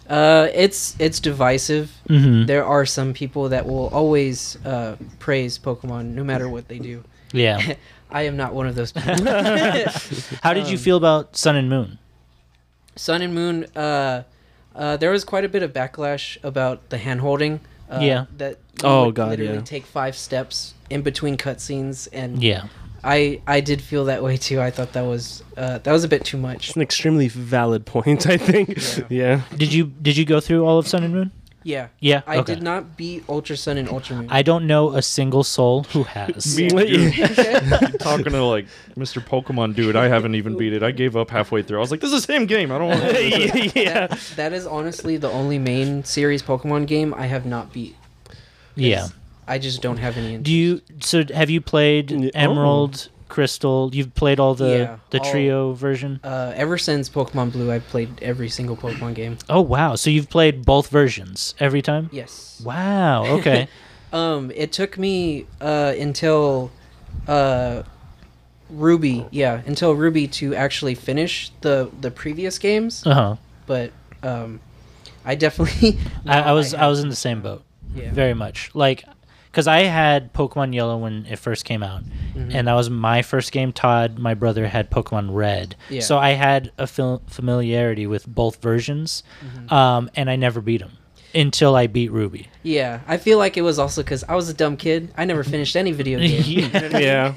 Speaker 5: uh, it's it's divisive.
Speaker 1: mm-hmm.
Speaker 5: There are some people that will always uh, praise Pokemon no matter what they do.
Speaker 1: yeah
Speaker 5: I am not one of those people.
Speaker 1: how did
Speaker 5: Um,
Speaker 1: you feel about sun and moon
Speaker 5: Sun and Moon, uh, uh, there was quite a bit of backlash about the hand holding. Uh,
Speaker 1: Yeah.
Speaker 5: That you
Speaker 3: Oh,
Speaker 5: would
Speaker 3: God,
Speaker 5: literally
Speaker 3: yeah.
Speaker 5: take five steps in between cutscenes, and
Speaker 1: yeah
Speaker 5: I I did feel that way too. I thought that was uh, that was a bit too much.
Speaker 3: It's an extremely valid point, I think. Yeah.
Speaker 1: did you did you go through all of sun and moon
Speaker 5: Yeah.
Speaker 1: Yeah,
Speaker 5: I
Speaker 1: okay.
Speaker 5: did not beat Ultra Sun and Ultra Moon.
Speaker 1: I don't know a single soul who has.
Speaker 2: Me too. Talking to like Mr. Pokemon dude, I haven't even beat it. I gave up halfway through. I was like, this is same game. I don't want to.
Speaker 5: yeah. that is honestly the only main series Pokemon game I have not beat.
Speaker 1: yeah.
Speaker 5: I just don't have any.
Speaker 1: Do you? So have you played
Speaker 3: Yeah.
Speaker 1: Emerald, Crystal? You've played all the
Speaker 5: Oh. Yeah,
Speaker 1: the
Speaker 5: all-
Speaker 1: trio version.
Speaker 5: uh, ever since Pokemon Blue, I've played every single Pokemon game.
Speaker 1: Oh wow! So you've played both versions every time.
Speaker 5: Yes.
Speaker 1: Wow. Okay.
Speaker 5: Um, it took me uh, until uh, Ruby, yeah, until Ruby to actually finish the the previous games.
Speaker 1: uh huh.
Speaker 5: But um, I definitely. Oh
Speaker 1: I, I was
Speaker 5: have-
Speaker 1: I was in the same boat.
Speaker 5: Yeah.
Speaker 1: Very much like, because I had Pokemon Yellow when it first came out,
Speaker 5: Mm-hmm.
Speaker 1: and that was my first game. Todd, my brother, had Pokemon Red,
Speaker 5: Yeah.
Speaker 1: so I had a fil- familiarity with both versions,
Speaker 5: Mm-hmm.
Speaker 1: um, and I never beat them until I beat Ruby.
Speaker 5: Yeah, I feel like it was also because I was a dumb kid. I never finished any video game.
Speaker 3: Yeah.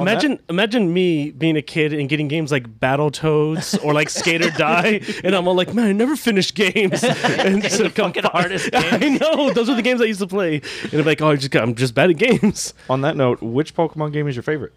Speaker 3: Imagine, imagine me being a kid and getting games like Battletoads or like Skater Die, and I'm all like, "Man, I never finished games." and so come
Speaker 1: fucking
Speaker 3: fi-
Speaker 1: hardest
Speaker 3: I know those are the games I used to play, and I'm like, "Oh, I just got, I'm just bad at games."
Speaker 2: On that note, which Pokemon game is your favorite?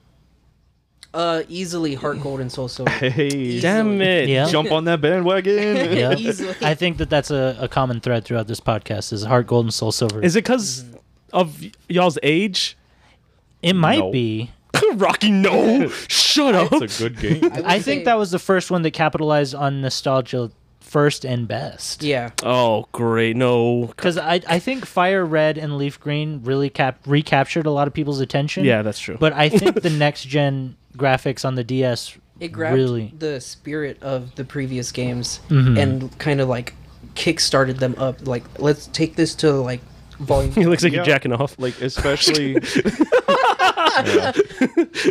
Speaker 5: uh, easily Heart Gold and Soul Silver.
Speaker 2: Hey,
Speaker 3: Damn it!
Speaker 1: Yeah.
Speaker 2: jump on that bandwagon.
Speaker 1: Yeah.
Speaker 5: Easily.
Speaker 1: I think that that's a, a common thread throughout this podcast is heart gold and soul silver.
Speaker 3: Is it because of y- y'all's age?
Speaker 1: it might
Speaker 2: No.
Speaker 1: be.
Speaker 3: Rocky, no! Shut up!
Speaker 2: It's a good game.
Speaker 5: would
Speaker 1: I
Speaker 5: say-
Speaker 1: think that was the first one that capitalized on nostalgia first and best.
Speaker 5: Yeah,
Speaker 3: Oh, great! No.
Speaker 1: Because I, I think Fire Red and Leaf Green really cap- recaptured a lot of people's attention.
Speaker 3: Yeah, that's true.
Speaker 1: But I think the next gen graphics on the DS
Speaker 5: it grabbed
Speaker 1: really. Mm-hmm.
Speaker 5: the spirit of the previous games and kind of like kick-started them up. Like, let's take this to like
Speaker 3: He
Speaker 5: volume.
Speaker 3: looks like
Speaker 2: Yeah.
Speaker 3: you're jacking off.
Speaker 2: like especially Yeah.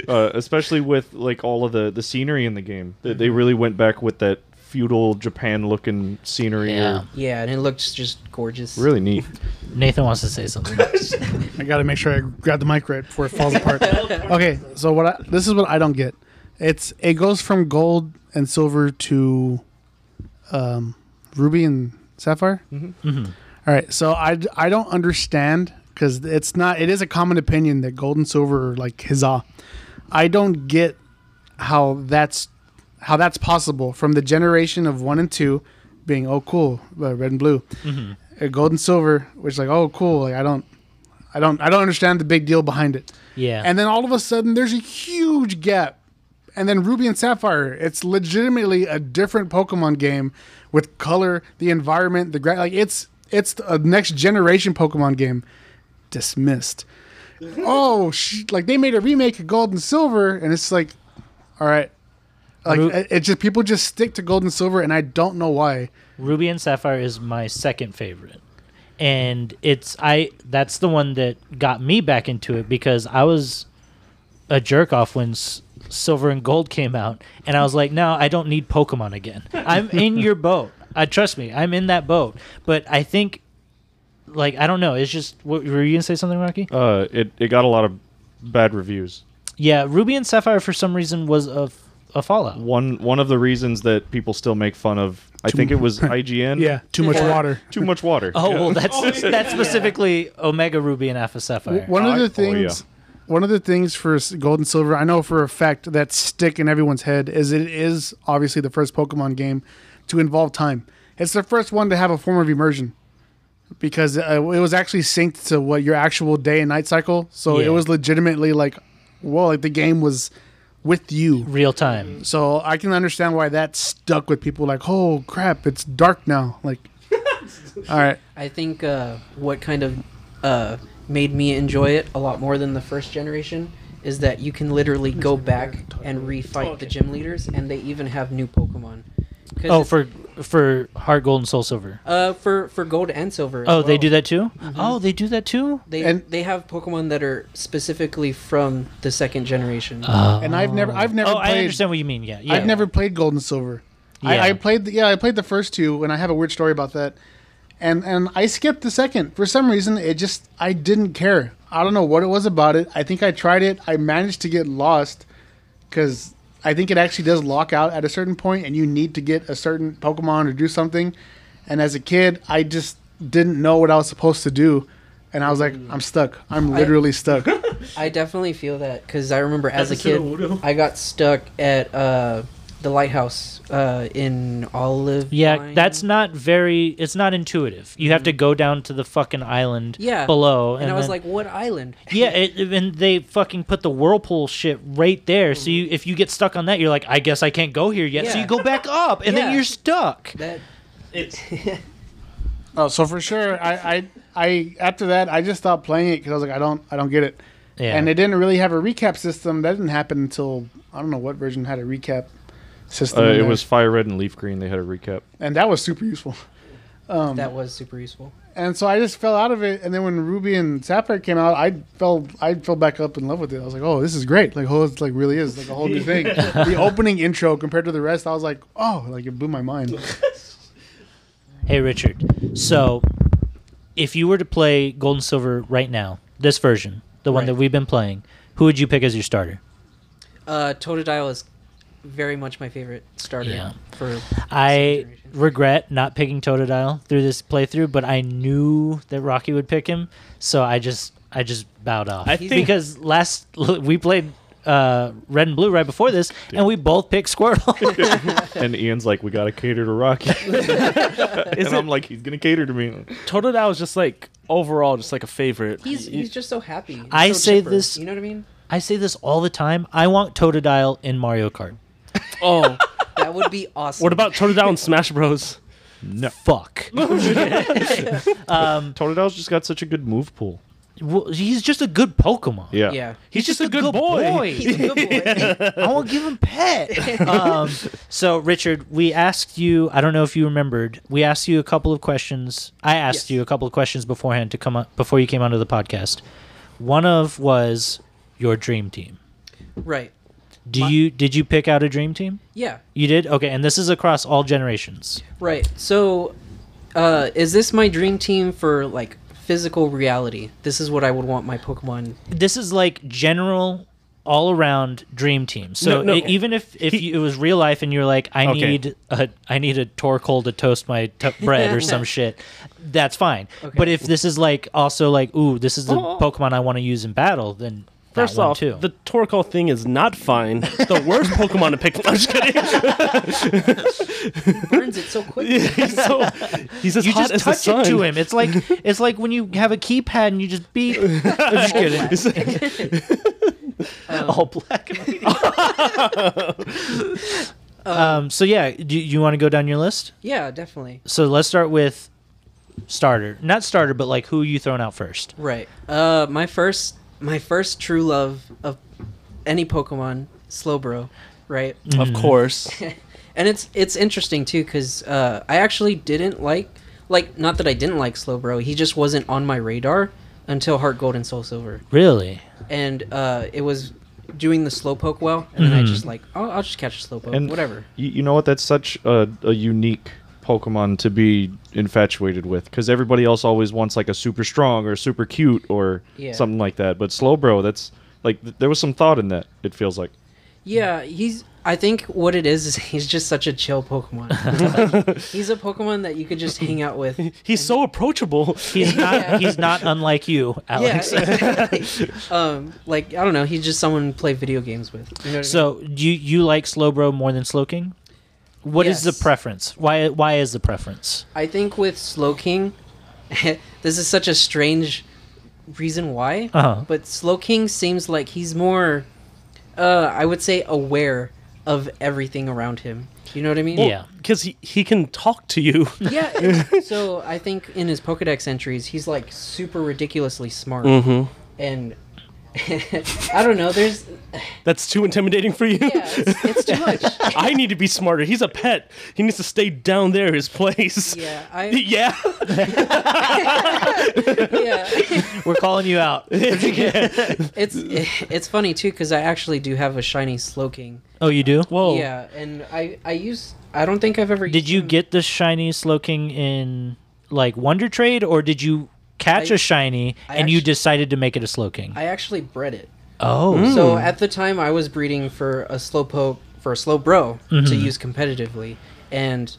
Speaker 2: uh, especially with like all of the the scenery in the game they, they really went back with that feudal japan looking scenery
Speaker 1: Yeah.
Speaker 5: yeah, and it looks just gorgeous.
Speaker 2: really neat
Speaker 1: Nathan wants to say something.
Speaker 4: I got to make sure I grab the mic right before it falls apart. Okay, so what? I, this is what I don't get. It's it goes from gold and silver to um, ruby and sapphire. All right, so I I don't understand because it's not. It is a common opinion that gold and silver are like huzzah. I don't get how that's how that's possible from the generation of one and two being oh cool uh, red and blue, Uh, gold and silver, which like oh cool like I don't. I don't I don't understand the big deal behind it.
Speaker 1: Yeah.
Speaker 4: And then all of a sudden there's a huge gap. And then Ruby and Sapphire, it's legitimately a different Pokemon game with color, the environment, the gra- like it's it's a next generation Pokemon game dismissed. oh, sh- like they made a remake of Gold and Silver and it's like all right. Like
Speaker 1: Ru-
Speaker 4: it, it just people just stick to Gold and Silver and I don't know why.
Speaker 1: Ruby and Sapphire is my second favorite. And it's I that's the one that got me back into it because I was a jerk off when S- Silver and Gold came out and I was like, "No, I don't need Pokemon again. I'm in your boat. Uh, trust me, I'm in that boat." But I think like I don't know, it's just what, were you going to say something, Rocky?
Speaker 2: uh it, it got a lot of bad reviews
Speaker 1: yeah, Ruby and Sapphire for some reason was a f- a fallout.
Speaker 2: one one of the reasons that people still make fun of i think it was ign
Speaker 4: too much water.
Speaker 2: too much water
Speaker 1: Oh, well, that's that's specifically Omega Ruby and Alpha Sapphire.
Speaker 4: One of
Speaker 2: I-
Speaker 4: the
Speaker 2: oh,
Speaker 4: things, one of the things for s- gold and silver, I know for a fact that stick in everyone's head is it is obviously the first Pokemon game to involve time. It's the first one to have a form of immersion because uh, it was actually synced to what your actual day and night cycle. So
Speaker 1: Yeah.
Speaker 4: it was legitimately like, well, like the game was with you.
Speaker 1: Real time.
Speaker 4: So I can understand why that stuck with people. Like, oh crap, it's dark now. Like, all right,
Speaker 5: I think uh, what kind of uh, made me enjoy it a lot more than the first generation is that you can literally go back and refight the gym leaders, and they even have new Pokemon. 'Cause
Speaker 1: Oh,
Speaker 5: it's-
Speaker 1: for for Heart Gold and Soul Silver.
Speaker 5: uh, for for Gold and Silver. as
Speaker 1: Oh, they
Speaker 5: well. Mm-hmm.
Speaker 1: do that too. Oh, they do that too.
Speaker 5: They
Speaker 4: And-
Speaker 5: they have Pokemon that are specifically from the second generation.
Speaker 4: and I've never, I've never.
Speaker 1: Oh,
Speaker 4: played,
Speaker 1: I understand what you mean. Yeah, yeah.
Speaker 4: I've never played Gold and Silver.
Speaker 1: Yeah.
Speaker 4: I, I played, the, yeah, I played the first two, and I have a weird story about that. And and I skipped the second for some reason. It just I didn't care. I don't know what it was about it. I think I tried it. I managed to get lost because I think it actually does lock out at a certain point, and you need to get a certain Pokemon or do something. And as a kid, I just didn't know what I was supposed to do, and I was like,
Speaker 1: Mm.
Speaker 4: I'm stuck. I'm literally stuck.
Speaker 5: I definitely feel that because I remember as a
Speaker 3: Episode
Speaker 5: kid,
Speaker 3: of Wudo.
Speaker 5: I got stuck at uh, the lighthouse uh, in Olive.
Speaker 1: Yeah,
Speaker 5: Vine.
Speaker 1: that's not very. It's not intuitive. You have to go down to the fucking island
Speaker 5: Mm-hmm. Yeah.
Speaker 1: below,
Speaker 5: And, I was
Speaker 1: then-
Speaker 5: like, what island?
Speaker 1: yeah, it, and they fucking put the whirlpool shit right there. So you, if you get stuck on that, you're like, I guess I can't go here yet. So
Speaker 5: Mm-hmm. Yeah.
Speaker 1: you go back up, and then
Speaker 5: Yeah.
Speaker 1: you're stuck.
Speaker 5: That
Speaker 3: It's
Speaker 4: Oh, so for sure, I, I, I after that, I just stopped playing it because I was like, I don't, I don't get it.
Speaker 1: Yeah.
Speaker 4: And they didn't really have a recap system. That didn't happen until I don't know what version had a recap
Speaker 2: Uh,
Speaker 4: system. in
Speaker 2: it
Speaker 4: there.
Speaker 2: was Fire Red and Leaf Green. They had a recap.
Speaker 4: and that was super useful.
Speaker 5: that was super useful.
Speaker 4: And so I just fell out of it. And then when Ruby and Sapphire came out, I fell, I fell back up in love with it. I was like, oh, this is great. Like, oh, it's like really is like a whole new thing. the opening intro compared to the rest, I was like, oh, like it blew my mind.
Speaker 1: Hey Richard, so if you were to play Gold and Silver right now, this version, the one
Speaker 5: Right.
Speaker 1: that we've been playing, who would you pick as your starter?
Speaker 5: Uh, Totodile is very much my favorite starter
Speaker 1: Yeah.
Speaker 5: for
Speaker 1: I
Speaker 5: generation.
Speaker 1: regret not picking Totodile through this playthrough, but I knew that Rocky would pick him, so I just I just bowed off.
Speaker 2: I think-
Speaker 1: because last we played uh, Red and Blue right before this, and we both picked Squirtle.
Speaker 2: And Ian's like, we gotta cater to Rocky. and I'm like, he's gonna cater to me.
Speaker 6: Totodile is just like overall just like a favorite.
Speaker 5: He's
Speaker 6: Y-
Speaker 5: he's just so happy. He's
Speaker 1: I
Speaker 5: so
Speaker 1: say
Speaker 5: chipper.
Speaker 1: this-
Speaker 5: You know what I mean?
Speaker 1: I say this all the time. I want Totodile in Mario Kart.
Speaker 6: oh,
Speaker 5: That would be awesome.
Speaker 6: what about Totodile and Smash Bros?
Speaker 1: Fuck.
Speaker 2: Totodile's just got such a good move pool.
Speaker 1: Well, he's just a good Pokemon.
Speaker 2: Yeah.
Speaker 5: Yeah.
Speaker 1: He's, just, a, good,
Speaker 6: boy.
Speaker 1: boy.
Speaker 5: He's a good boy.
Speaker 1: I won't give him pet. Um, so, Richard, we asked you, I don't know if you remembered, we asked you a couple of questions. I asked
Speaker 5: Yes.
Speaker 1: you a couple of questions beforehand to come up before you came onto the podcast. One of was your dream team.
Speaker 5: right.
Speaker 1: Do you did you pick out a dream team?
Speaker 5: Yeah.
Speaker 1: You did? Okay, and this is across all generations.
Speaker 5: Right. So, uh, is this my dream team for like physical reality? This is what I would want my Pokemon.
Speaker 1: This is like general all around dream team. So
Speaker 6: No, no.
Speaker 1: e- even if, if you- it was real life and you're like, I
Speaker 6: Okay.
Speaker 1: need a I need a torkoal to toast my t- bread or some shit, that's fine. But if this is like also like, ooh, this is the Pokemon I want to use in battle, then that
Speaker 6: Oh. First
Speaker 1: one
Speaker 6: off,
Speaker 1: too.
Speaker 6: the Torkoal thing is not fine. The worst Pokemon to pick. I'm just kidding.
Speaker 5: Burns it so quickly.
Speaker 6: He's so he's as
Speaker 1: you
Speaker 6: hot
Speaker 1: just
Speaker 6: as the
Speaker 1: touch
Speaker 6: sun.
Speaker 1: it to him. It's like it's like when you have a keypad and you just beep. I'm just kidding.
Speaker 6: It's like-
Speaker 1: all black. um. So yeah, do you want to go down your list?
Speaker 5: Yeah, definitely.
Speaker 1: So let's start with starter. Not starter, but like who you throwing out first.
Speaker 5: Right. Uh, my first, my first true love of any Pokemon, Slowbro. Right.
Speaker 6: of course.
Speaker 5: and it's it's interesting too because uh, I actually didn't like like not that I didn't like Slowbro, he just wasn't on my radar until Heart Gold and Soul Silver,
Speaker 1: Really?
Speaker 5: and uh, it was doing the Slowpoke well, and then I just like oh, I'll just catch a Slowpoke,
Speaker 2: And
Speaker 5: whatever.
Speaker 2: You, you know what? That's such a, a unique Pokemon to be infatuated with because everybody else always wants like a super strong or super cute or
Speaker 5: Yeah.
Speaker 2: something like that. But Slowbro, that's like th- there was some thought in that. It feels like
Speaker 5: Yeah, he's. I think what it is is he's just such a chill Pokemon. Like, he's a Pokemon that you could just hang out with.
Speaker 6: He's so approachable.
Speaker 1: He's not. he's not unlike you,
Speaker 5: Yeah,
Speaker 1: Alex.
Speaker 5: exactly. um, like I don't know, he's just someone to play video games with. You know what I mean?
Speaker 1: So you you like Slowbro more than Slowking? What is
Speaker 5: Yes.
Speaker 1: the preference? Why why is the preference?
Speaker 5: I think with Slow King, this is such a strange reason why,
Speaker 1: Uh-huh.
Speaker 5: but Slow King seems like he's more, uh, I would say, aware of everything around him. You know what I mean?
Speaker 1: Yeah.
Speaker 6: Because he, he can talk to you.
Speaker 5: Yeah. and so I think in his Pokedex entries, he's like super ridiculously smart.
Speaker 1: Mm-hmm.
Speaker 5: And I don't know, there's.
Speaker 6: That's too intimidating for you.
Speaker 5: Yeah, it's, it's too much.
Speaker 6: I need to be smarter. He's a pet. He needs to stay down there, his place.
Speaker 5: Yeah, I,
Speaker 6: Yeah.
Speaker 5: yeah.
Speaker 1: We're calling you out.
Speaker 5: It's it's funny too because I actually do have a shiny Slowking.
Speaker 1: Oh, you do?
Speaker 6: Whoa.
Speaker 5: Yeah, Mm. and I I use I don't think I've ever.
Speaker 1: Did
Speaker 5: used
Speaker 1: you
Speaker 5: him.
Speaker 1: get the shiny Slowking in like Wonder Trade, or did you catch a
Speaker 5: I-
Speaker 1: shiny
Speaker 5: I
Speaker 1: and you
Speaker 5: actu-
Speaker 1: decided to make it a Slowking?
Speaker 5: I actually bred it.
Speaker 1: oh,
Speaker 5: So at the time, I was
Speaker 1: Mm-hmm.
Speaker 5: breeding for a slowpoke for a slow bro to use competitively, and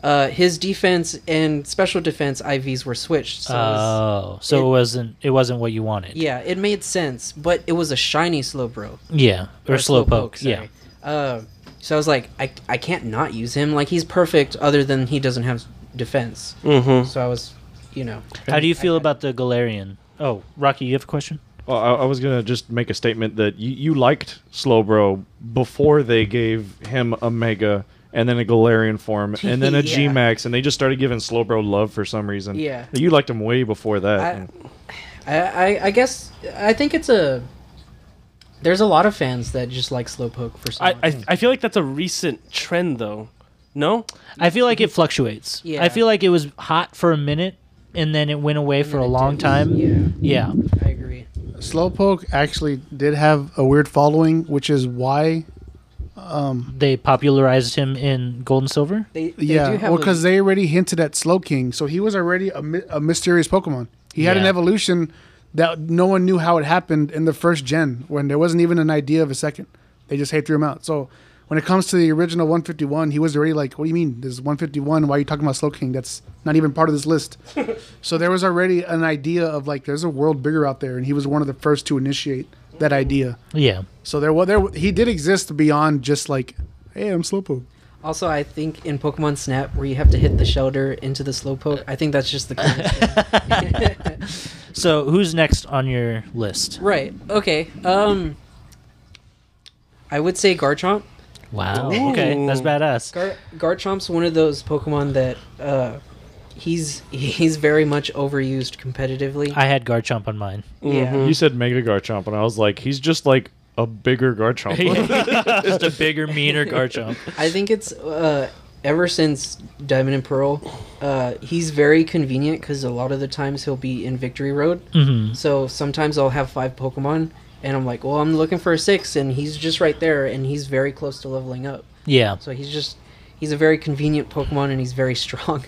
Speaker 5: Uh, his defense and special defense IVs were switched. So it was-
Speaker 1: Oh, so it,
Speaker 5: it-
Speaker 1: wasn't it wasn't what you wanted.
Speaker 5: yeah, it made sense, but it was a shiny Slowbro.
Speaker 1: Yeah, or, slow poke. yeah.
Speaker 5: sorry. Uh, so I was like, I, I can't not use him. Like, he's perfect other than he doesn't have defense.
Speaker 6: Mm-hmm.
Speaker 5: So I was, you know.
Speaker 1: How do you feel about the Galarian? Oh, Rocky, you have a question?
Speaker 2: Well, I, I was gonna just make a statement that you, you liked Slowbro before they gave him a Mega and then a Galarian form and then a
Speaker 5: Yeah.
Speaker 2: G Max, and they just started giving Slowbro love for some reason.
Speaker 5: Yeah.
Speaker 2: you liked him way before
Speaker 5: I,
Speaker 2: that.
Speaker 5: I, I, I guess, I think it's a. There's a lot of fans that just like Slowpoke for some
Speaker 6: I,
Speaker 5: reason.
Speaker 6: I I feel like that's a recent trend though. No,
Speaker 1: I feel like it fluctuates.
Speaker 5: Yeah.
Speaker 1: I feel like it was hot for a minute and then it went away for a long time.
Speaker 5: Yeah,
Speaker 1: Yeah.
Speaker 5: I agree.
Speaker 4: Slowpoke actually did have a weird following, which is why.
Speaker 1: They popularized him in Gold and Silver.
Speaker 5: They, they do
Speaker 4: Yeah,
Speaker 5: have
Speaker 4: well,
Speaker 5: a-
Speaker 4: because they already hinted at Slowking, so he was already a, mi- a mysterious Pokemon. He had an
Speaker 1: Yeah.
Speaker 4: evolution that no one knew how it happened in the first gen, when there wasn't even an idea of a second. They just hey threw him out. So when it comes to the original 151, he was already like, "What do you mean? This is 151? Why are you talking about Slowking? That's not even part of this list." so there was already an idea of like, there's a world bigger out there, and he was one of the first to initiate that idea.
Speaker 1: Yeah.
Speaker 4: So there was there he did exist beyond just like, hey, I'm Slowpoke.
Speaker 5: Also, I think in Pokemon Snap, where you have to hit the shelter into the Slowpoke, I think that's just the coolest thing.
Speaker 1: So who's next on your list?
Speaker 5: right. Okay. Um, I would say Garchomp.
Speaker 1: Wow.
Speaker 6: Ooh.
Speaker 1: Okay, that's badass.
Speaker 5: Gar- Garchomp's one of those Pokemon that uh, he's he's very much overused competitively. Mm-hmm.
Speaker 1: I had Garchomp on mine.
Speaker 5: Yeah.
Speaker 2: you said Mega Garchomp, and I was like, he's just like a bigger Garchomp.
Speaker 1: Just a bigger, meaner Garchomp.
Speaker 5: I think it's uh, ever since Diamond and Pearl, uh, he's very convenient because a lot of the times he'll be in Victory Road.
Speaker 1: hmm
Speaker 5: So sometimes I'll have five Pokemon, and I'm like, well, I'm looking for a six, and he's just right there, and he's very close to leveling up.
Speaker 1: Yeah.
Speaker 5: So he's just he's a very convenient Pokemon, and he's very strong.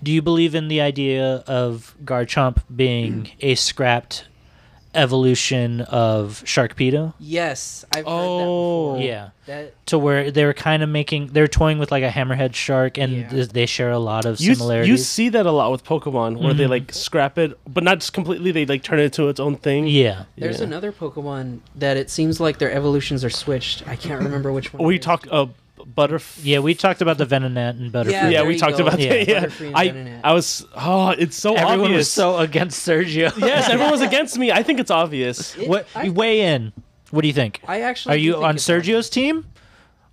Speaker 1: Do you believe in the idea of Garchomp being a scrapped evolution of Sharkpedo?
Speaker 5: yes, I've heard that.
Speaker 6: Oh.
Speaker 5: before.
Speaker 1: Yeah.
Speaker 5: That
Speaker 1: To where they were kind of making, they were toying with like a hammerhead shark, and
Speaker 5: Yeah.
Speaker 1: th- they share a lot of
Speaker 6: You,
Speaker 1: similarities. Mm-hmm.
Speaker 6: you see that a lot with Pokemon where they like scrap it, but not just completely. They like turn it into its own thing.
Speaker 1: yeah.
Speaker 5: There's
Speaker 6: Yeah.
Speaker 5: another Pokemon that it seems like their evolutions are switched. I can't remember which one.
Speaker 6: We
Speaker 5: it is.
Speaker 6: talked uh, butterf.
Speaker 1: Yeah, we talked about the Venonat and Butterfree.
Speaker 5: Yeah,
Speaker 6: yeah,
Speaker 5: there
Speaker 6: we
Speaker 5: you
Speaker 6: talked
Speaker 5: go.
Speaker 6: about that.
Speaker 5: Yeah.
Speaker 6: Yeah,
Speaker 5: Butterfree and
Speaker 6: I,
Speaker 5: Venonat.
Speaker 6: I was. Oh, it's so
Speaker 1: Everyone
Speaker 6: obvious.
Speaker 1: was so against Sergio.
Speaker 6: yes, everyone's against me. I think it's obvious.
Speaker 5: It-
Speaker 1: What?
Speaker 5: I,
Speaker 1: you weigh in. What do you think?
Speaker 5: I actually
Speaker 1: Are you
Speaker 5: do think
Speaker 1: on
Speaker 5: it's
Speaker 1: Sergio's team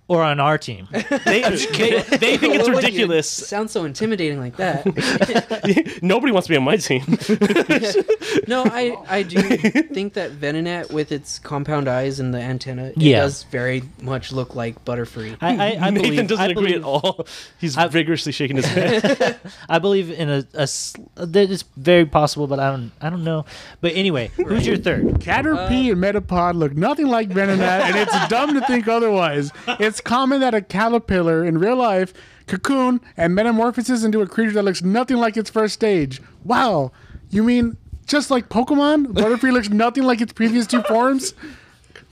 Speaker 1: or on our team?
Speaker 6: They, they, they think it's
Speaker 5: Why would you
Speaker 6: ridiculous.
Speaker 5: Sound so intimidating like that.
Speaker 6: Nobody wants to be on my team.
Speaker 5: no, I I do think that Venonat with its compound eyes and the antenna, it
Speaker 1: Yeah.
Speaker 5: does very much look like Butterfree.
Speaker 1: I, I, I
Speaker 6: Nathan
Speaker 1: believe.
Speaker 6: doesn't
Speaker 1: I
Speaker 6: agree
Speaker 1: believe-
Speaker 6: at all. He's
Speaker 1: I-
Speaker 6: vigorously shaking his head.
Speaker 1: I believe in a, a sl- that it's very possible, but I don't. I don't know. But anyway, who's your third?
Speaker 4: Caterpie and Metapod look nothing like Venonat, and it's dumb to think otherwise. It's common that a caterpillar in real life cocoon and metamorphoses into a creature that looks nothing like its first stage. Wow, you mean just like Pokemon, Butterfree looks nothing like its previous two forms?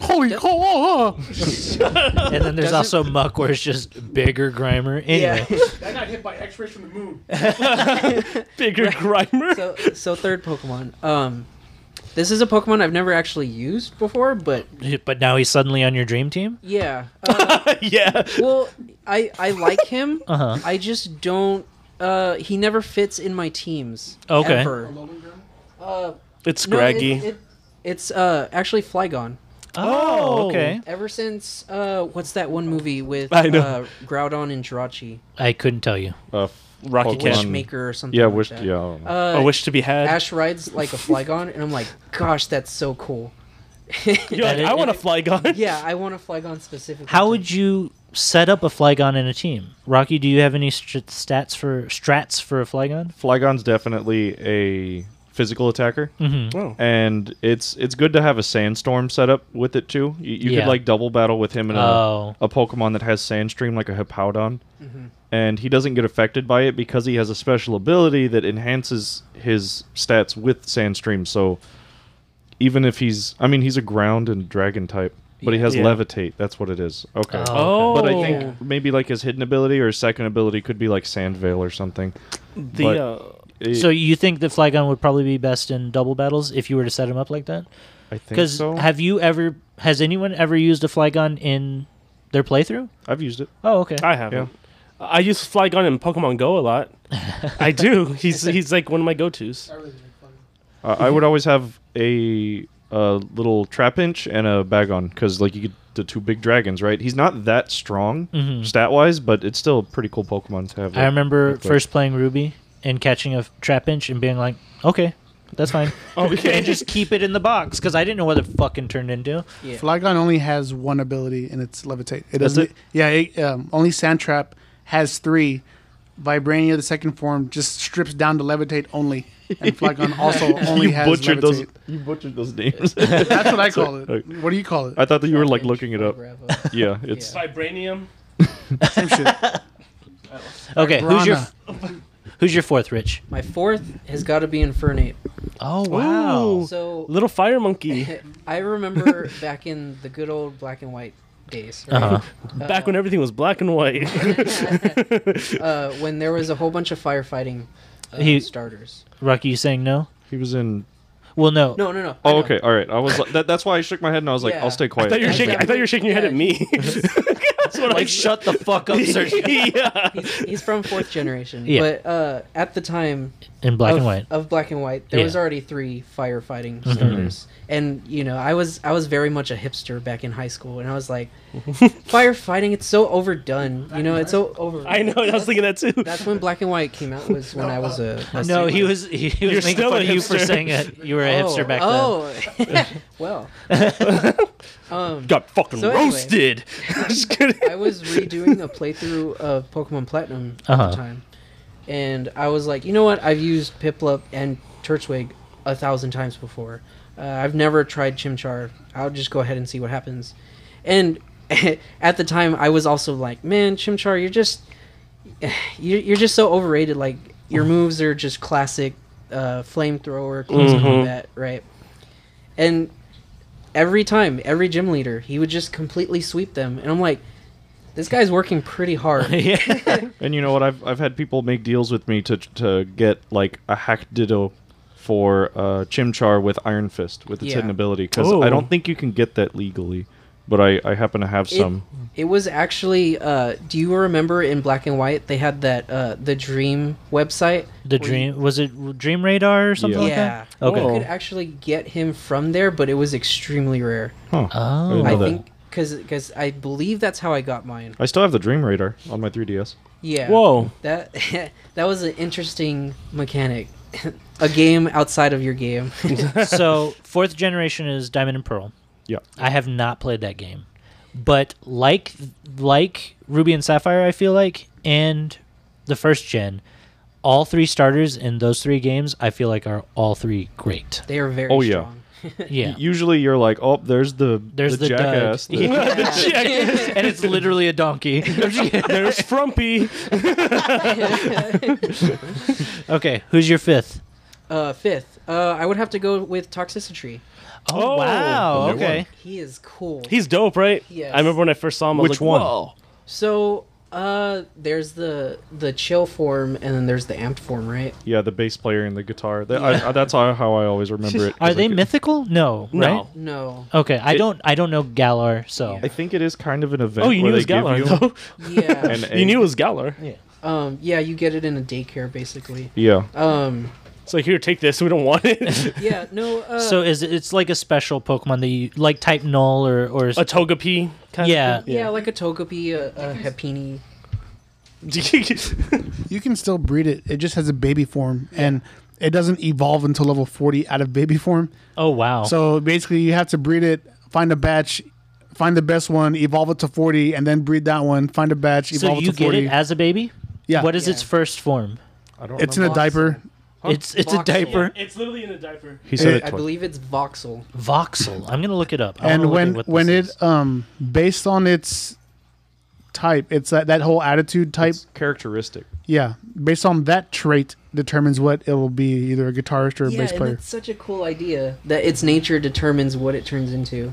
Speaker 4: Holy, oh, oh, oh.
Speaker 1: And then there's also Muck, where it's just bigger Grimer. Anyway,
Speaker 4: I got hit by X-rays from the moon.
Speaker 6: Bigger Grimer.
Speaker 5: So so third Pokemon. Um, this is a Pokemon I've never actually used before, but
Speaker 1: but now he's suddenly on your dream team.
Speaker 5: yeah. Uh,
Speaker 6: yeah.
Speaker 5: well, I I like him.
Speaker 1: Uh-huh.
Speaker 5: I just don't. Uh, he never fits in my teams.
Speaker 1: Okay.
Speaker 5: ever.
Speaker 6: It's
Speaker 5: No,
Speaker 6: Scraggy.
Speaker 5: it- it- it's uh actually Flygon.
Speaker 1: Oh, okay.
Speaker 5: Ever since uh, what's that one movie with
Speaker 6: I know.
Speaker 5: Uh, Groudon and Jirachi,
Speaker 1: I couldn't tell you.
Speaker 2: uh,
Speaker 6: Rocky
Speaker 2: Pokemon-
Speaker 6: Cash.
Speaker 5: Maker or something.
Speaker 2: yeah,
Speaker 5: like
Speaker 2: wish.
Speaker 5: that.
Speaker 2: Yeah, I don't know.
Speaker 5: Uh,
Speaker 6: a wish to be had.
Speaker 5: Ash rides like a Flygon, and I'm like, gosh, that's so cool.
Speaker 6: You're like,
Speaker 1: That
Speaker 6: I
Speaker 1: is-
Speaker 6: want to fly gun.
Speaker 5: Yeah, I want a Flygon specifically.
Speaker 1: How would you set up a Flygon in a team? Rocky, do you have any st- stats for strats for a Flygon?
Speaker 2: Flygon's definitely a physical attacker.
Speaker 1: Mm-hmm.
Speaker 6: Oh.
Speaker 2: and it's it's good to have a sandstorm set up with it too. You, you
Speaker 1: Yeah.
Speaker 2: could like double battle with him and
Speaker 1: Oh.
Speaker 2: a, a Pokemon that has Sandstream, like a Hippowdon,
Speaker 6: Mm-hmm.
Speaker 2: and he doesn't get affected by it because he has a special ability that enhances his stats with Sandstream. So even if he's, I mean, he's a ground and dragon type. But he has
Speaker 6: Yeah.
Speaker 2: levitate. That's what it is. Okay.
Speaker 1: Oh,
Speaker 2: But I
Speaker 6: Oh.
Speaker 2: think maybe like his hidden ability or his second ability could be like sand veil or something.
Speaker 6: The
Speaker 2: But-
Speaker 6: uh,
Speaker 2: It-
Speaker 1: So you think that Flygon would probably be best in double battles if you were to set him up like that?
Speaker 2: I think
Speaker 1: Because
Speaker 2: so.
Speaker 1: have you ever has anyone ever used a Flygon in their playthrough?
Speaker 2: I've used it.
Speaker 1: Oh, okay.
Speaker 6: I haven't. I use Flygon in Pokemon Go a lot. I do. He's he's like one of my go tos.
Speaker 2: Uh, I would always have a, a little trap inch and a bag on because like you get the two big dragons, right? He's not that strong
Speaker 1: Mhm.
Speaker 2: stat wise, but it's still a pretty cool Pokemon to have.
Speaker 1: I remember
Speaker 2: Like that.
Speaker 1: first playing Ruby and catching a trap inch and being like, okay, that's fine.
Speaker 6: Okay.
Speaker 1: and just keep it in the box because I didn't know what it fucking turned into.
Speaker 5: Yeah.
Speaker 4: Flygon only has one ability, and it's levitate. It
Speaker 2: That's
Speaker 4: doesn't.
Speaker 2: it?
Speaker 4: Yeah, it, um, only Sandtrap has three. Vibrania, the second form, just strips down to levitate only, and Flygon also only
Speaker 2: you
Speaker 4: has
Speaker 2: butchered
Speaker 4: levitate.
Speaker 2: those. You butchered those names.
Speaker 4: That's what I call it.
Speaker 2: okay.
Speaker 4: What do you call it?
Speaker 2: I thought that you were like looking it up.
Speaker 5: Bravo.
Speaker 2: Yeah, it's
Speaker 3: Vibranium.
Speaker 4: Same shit.
Speaker 1: Okay, who's your
Speaker 4: Piranha.
Speaker 1: who's your fourth, Rich?
Speaker 5: My fourth has got to be Infernape.
Speaker 1: Oh wow,
Speaker 6: Ooh.
Speaker 5: So
Speaker 6: Little fire monkey.
Speaker 5: I remember back in the good old black and white days, right?
Speaker 1: Uh-huh.
Speaker 6: Back when everything was black and white.
Speaker 5: uh, when there was a whole bunch of firefighting uh,
Speaker 1: He-
Speaker 5: starters.
Speaker 1: Rocky, you saying no?
Speaker 2: he was in.
Speaker 1: Well, no.
Speaker 5: No, no, no. I
Speaker 2: Oh,
Speaker 5: know.
Speaker 2: okay, all right. I was like, that, that's why I shook my head and I was like,
Speaker 5: Yeah.
Speaker 2: I'll stay
Speaker 6: I
Speaker 2: quiet.
Speaker 6: thought you were shaking. I thought you were shaking your head at me. That's what
Speaker 1: Like shut the fuck up, sir.
Speaker 6: yeah.
Speaker 5: He's from fourth generation,
Speaker 1: Yeah.
Speaker 5: but uh, at the time
Speaker 1: In black
Speaker 5: of,
Speaker 1: and white.
Speaker 5: of black and white, there
Speaker 1: Yeah. Mm-hmm.
Speaker 5: was already three firefighting starters, and you know, I was I was very much a hipster back in high school, and I was like, firefighting, it's so overdone, you know, it's so over.
Speaker 6: I know. I was thinking that too.
Speaker 5: That's when black and white came out. Was when I was a, a
Speaker 1: No, he
Speaker 5: student.
Speaker 1: was he, he was making
Speaker 6: still
Speaker 1: fun
Speaker 6: a
Speaker 1: of you for
Speaker 6: hipster.
Speaker 1: saying it. You were a hipster back then.
Speaker 5: oh, Oh, well. um,
Speaker 6: Got fucking
Speaker 5: So anyway.
Speaker 6: roasted. Just kidding.
Speaker 5: I was redoing a playthrough of Pokemon Platinum at
Speaker 1: Uh-huh.
Speaker 5: the time, and I was like, you know what? I've used Piplup and Turtwig a thousand times before. Uh, I've never tried Chimchar. I'll just go ahead and see what happens. And at the time, I was also like, man, Chimchar, you're just you're, you're just so overrated. Like your moves are just classic uh, flamethrower, close combat, right? And every time, every gym leader, he would just completely sweep them, and I'm like, this guy's working pretty hard.
Speaker 1: yeah.
Speaker 2: And you know what? I've I've had people make deals with me to to get like a hack ditto for uh, Chimchar with Iron Fist with its
Speaker 5: Yeah.
Speaker 2: hidden ability because
Speaker 6: Oh.
Speaker 2: I don't think you can get that legally, but I I happen to have
Speaker 5: It-
Speaker 2: some.
Speaker 5: It, was actually. Uh, do you remember in Black and White they had that uh, the Dream website?
Speaker 1: The
Speaker 5: where you-
Speaker 1: dream was it Dream Radar or something
Speaker 2: Yeah.
Speaker 1: like
Speaker 5: yeah.
Speaker 1: that? Okay.
Speaker 5: You could actually get him from there, but it was extremely rare.
Speaker 2: Huh.
Speaker 1: Oh.
Speaker 2: didn't know
Speaker 5: I
Speaker 2: that.
Speaker 5: think because I believe that's how I got mine.
Speaker 2: I still have the Dream Radar on my 3DS.
Speaker 5: Yeah.
Speaker 6: Whoa.
Speaker 5: That that was an interesting mechanic. a game outside of your game.
Speaker 1: so fourth generation is Diamond and Pearl.
Speaker 2: Yeah.
Speaker 1: I have not played that game, but like like Ruby and Sapphire, I feel like, and the first gen, all three starters in those three games, I feel like are all three great.
Speaker 5: they are very
Speaker 2: Oh, yeah.
Speaker 5: strong.
Speaker 1: Yeah,
Speaker 2: Usually you're like, oh, there's the
Speaker 1: there's the, Doug.
Speaker 2: jackass. that-
Speaker 1: Yeah.
Speaker 6: Check.
Speaker 1: and it's literally a donkey. I'm just kidding.
Speaker 6: There's Frumpy.
Speaker 1: okay, who's your fifth?
Speaker 5: Uh, fifth, uh, I would have to go with Toxicity.
Speaker 1: Oh,
Speaker 6: Oh,
Speaker 1: wow,
Speaker 2: another
Speaker 1: okay.
Speaker 5: He is cool.
Speaker 6: He's dope, right?
Speaker 5: Yes.
Speaker 6: I remember when I first saw him. I was
Speaker 2: Which
Speaker 6: like,
Speaker 2: one?
Speaker 6: Whoa.
Speaker 5: So uh, there's the the chill form, and then there's the amped form, right?
Speaker 2: Yeah, the bass player and the guitar. That, I, I- that's how, how I always remember it. 'cause
Speaker 1: Are they
Speaker 2: I, could-
Speaker 1: mythical? No,
Speaker 6: No.
Speaker 1: right?
Speaker 5: No.
Speaker 1: Okay, I
Speaker 2: It-
Speaker 1: don't I don't know Galar, so
Speaker 2: I think it is kind of an event.
Speaker 6: Oh, you
Speaker 2: where
Speaker 6: knew it was
Speaker 2: they give
Speaker 6: Galar.
Speaker 2: you
Speaker 6: though.
Speaker 5: Yeah.
Speaker 2: an
Speaker 6: You
Speaker 2: egg.
Speaker 6: knew it was Galar.
Speaker 5: um. Yeah, you get it in a daycare, basically.
Speaker 2: Yeah.
Speaker 5: Um.
Speaker 6: It's like, here, take this. We don't want it.
Speaker 5: Yeah. No. Uh,
Speaker 1: So is it, it's like a special Pokemon that you like type null or or
Speaker 6: a Togepi. Kind
Speaker 1: yeah.
Speaker 5: yeah, like a Togepi, a, a Hepini.
Speaker 6: Of
Speaker 4: You can still breed it. It just has a baby form, and it doesn't evolve until level forty out of baby form.
Speaker 1: Oh wow.
Speaker 4: So basically, you have to breed it, find a batch, find the best one, evolve it to forty, and then breed that one, find a batch,
Speaker 1: so
Speaker 4: evolve
Speaker 1: you
Speaker 4: it to
Speaker 1: get
Speaker 4: forty.
Speaker 1: it as a baby?
Speaker 4: yeah,
Speaker 1: What is
Speaker 5: Yeah.
Speaker 1: its first form?
Speaker 2: I don't
Speaker 4: it's in a diaper.
Speaker 1: It's it's a
Speaker 5: voxel.
Speaker 1: diaper.
Speaker 6: it's literally in a diaper.
Speaker 2: He said
Speaker 4: I
Speaker 2: it
Speaker 5: I
Speaker 2: twice.
Speaker 5: believe it's voxel.
Speaker 1: Voxel. I'm gonna look it up. I wanna
Speaker 4: and
Speaker 1: look at
Speaker 4: when
Speaker 1: Oh, what
Speaker 4: when it
Speaker 1: this is.
Speaker 4: um based on its type it's that, that whole attitude type
Speaker 2: It's characteristic.
Speaker 4: yeah based on that trait determines what it'll be either a guitarist or a
Speaker 5: Yeah,
Speaker 4: bass
Speaker 5: and
Speaker 4: player
Speaker 5: it's such a cool idea that its nature determines what it turns into.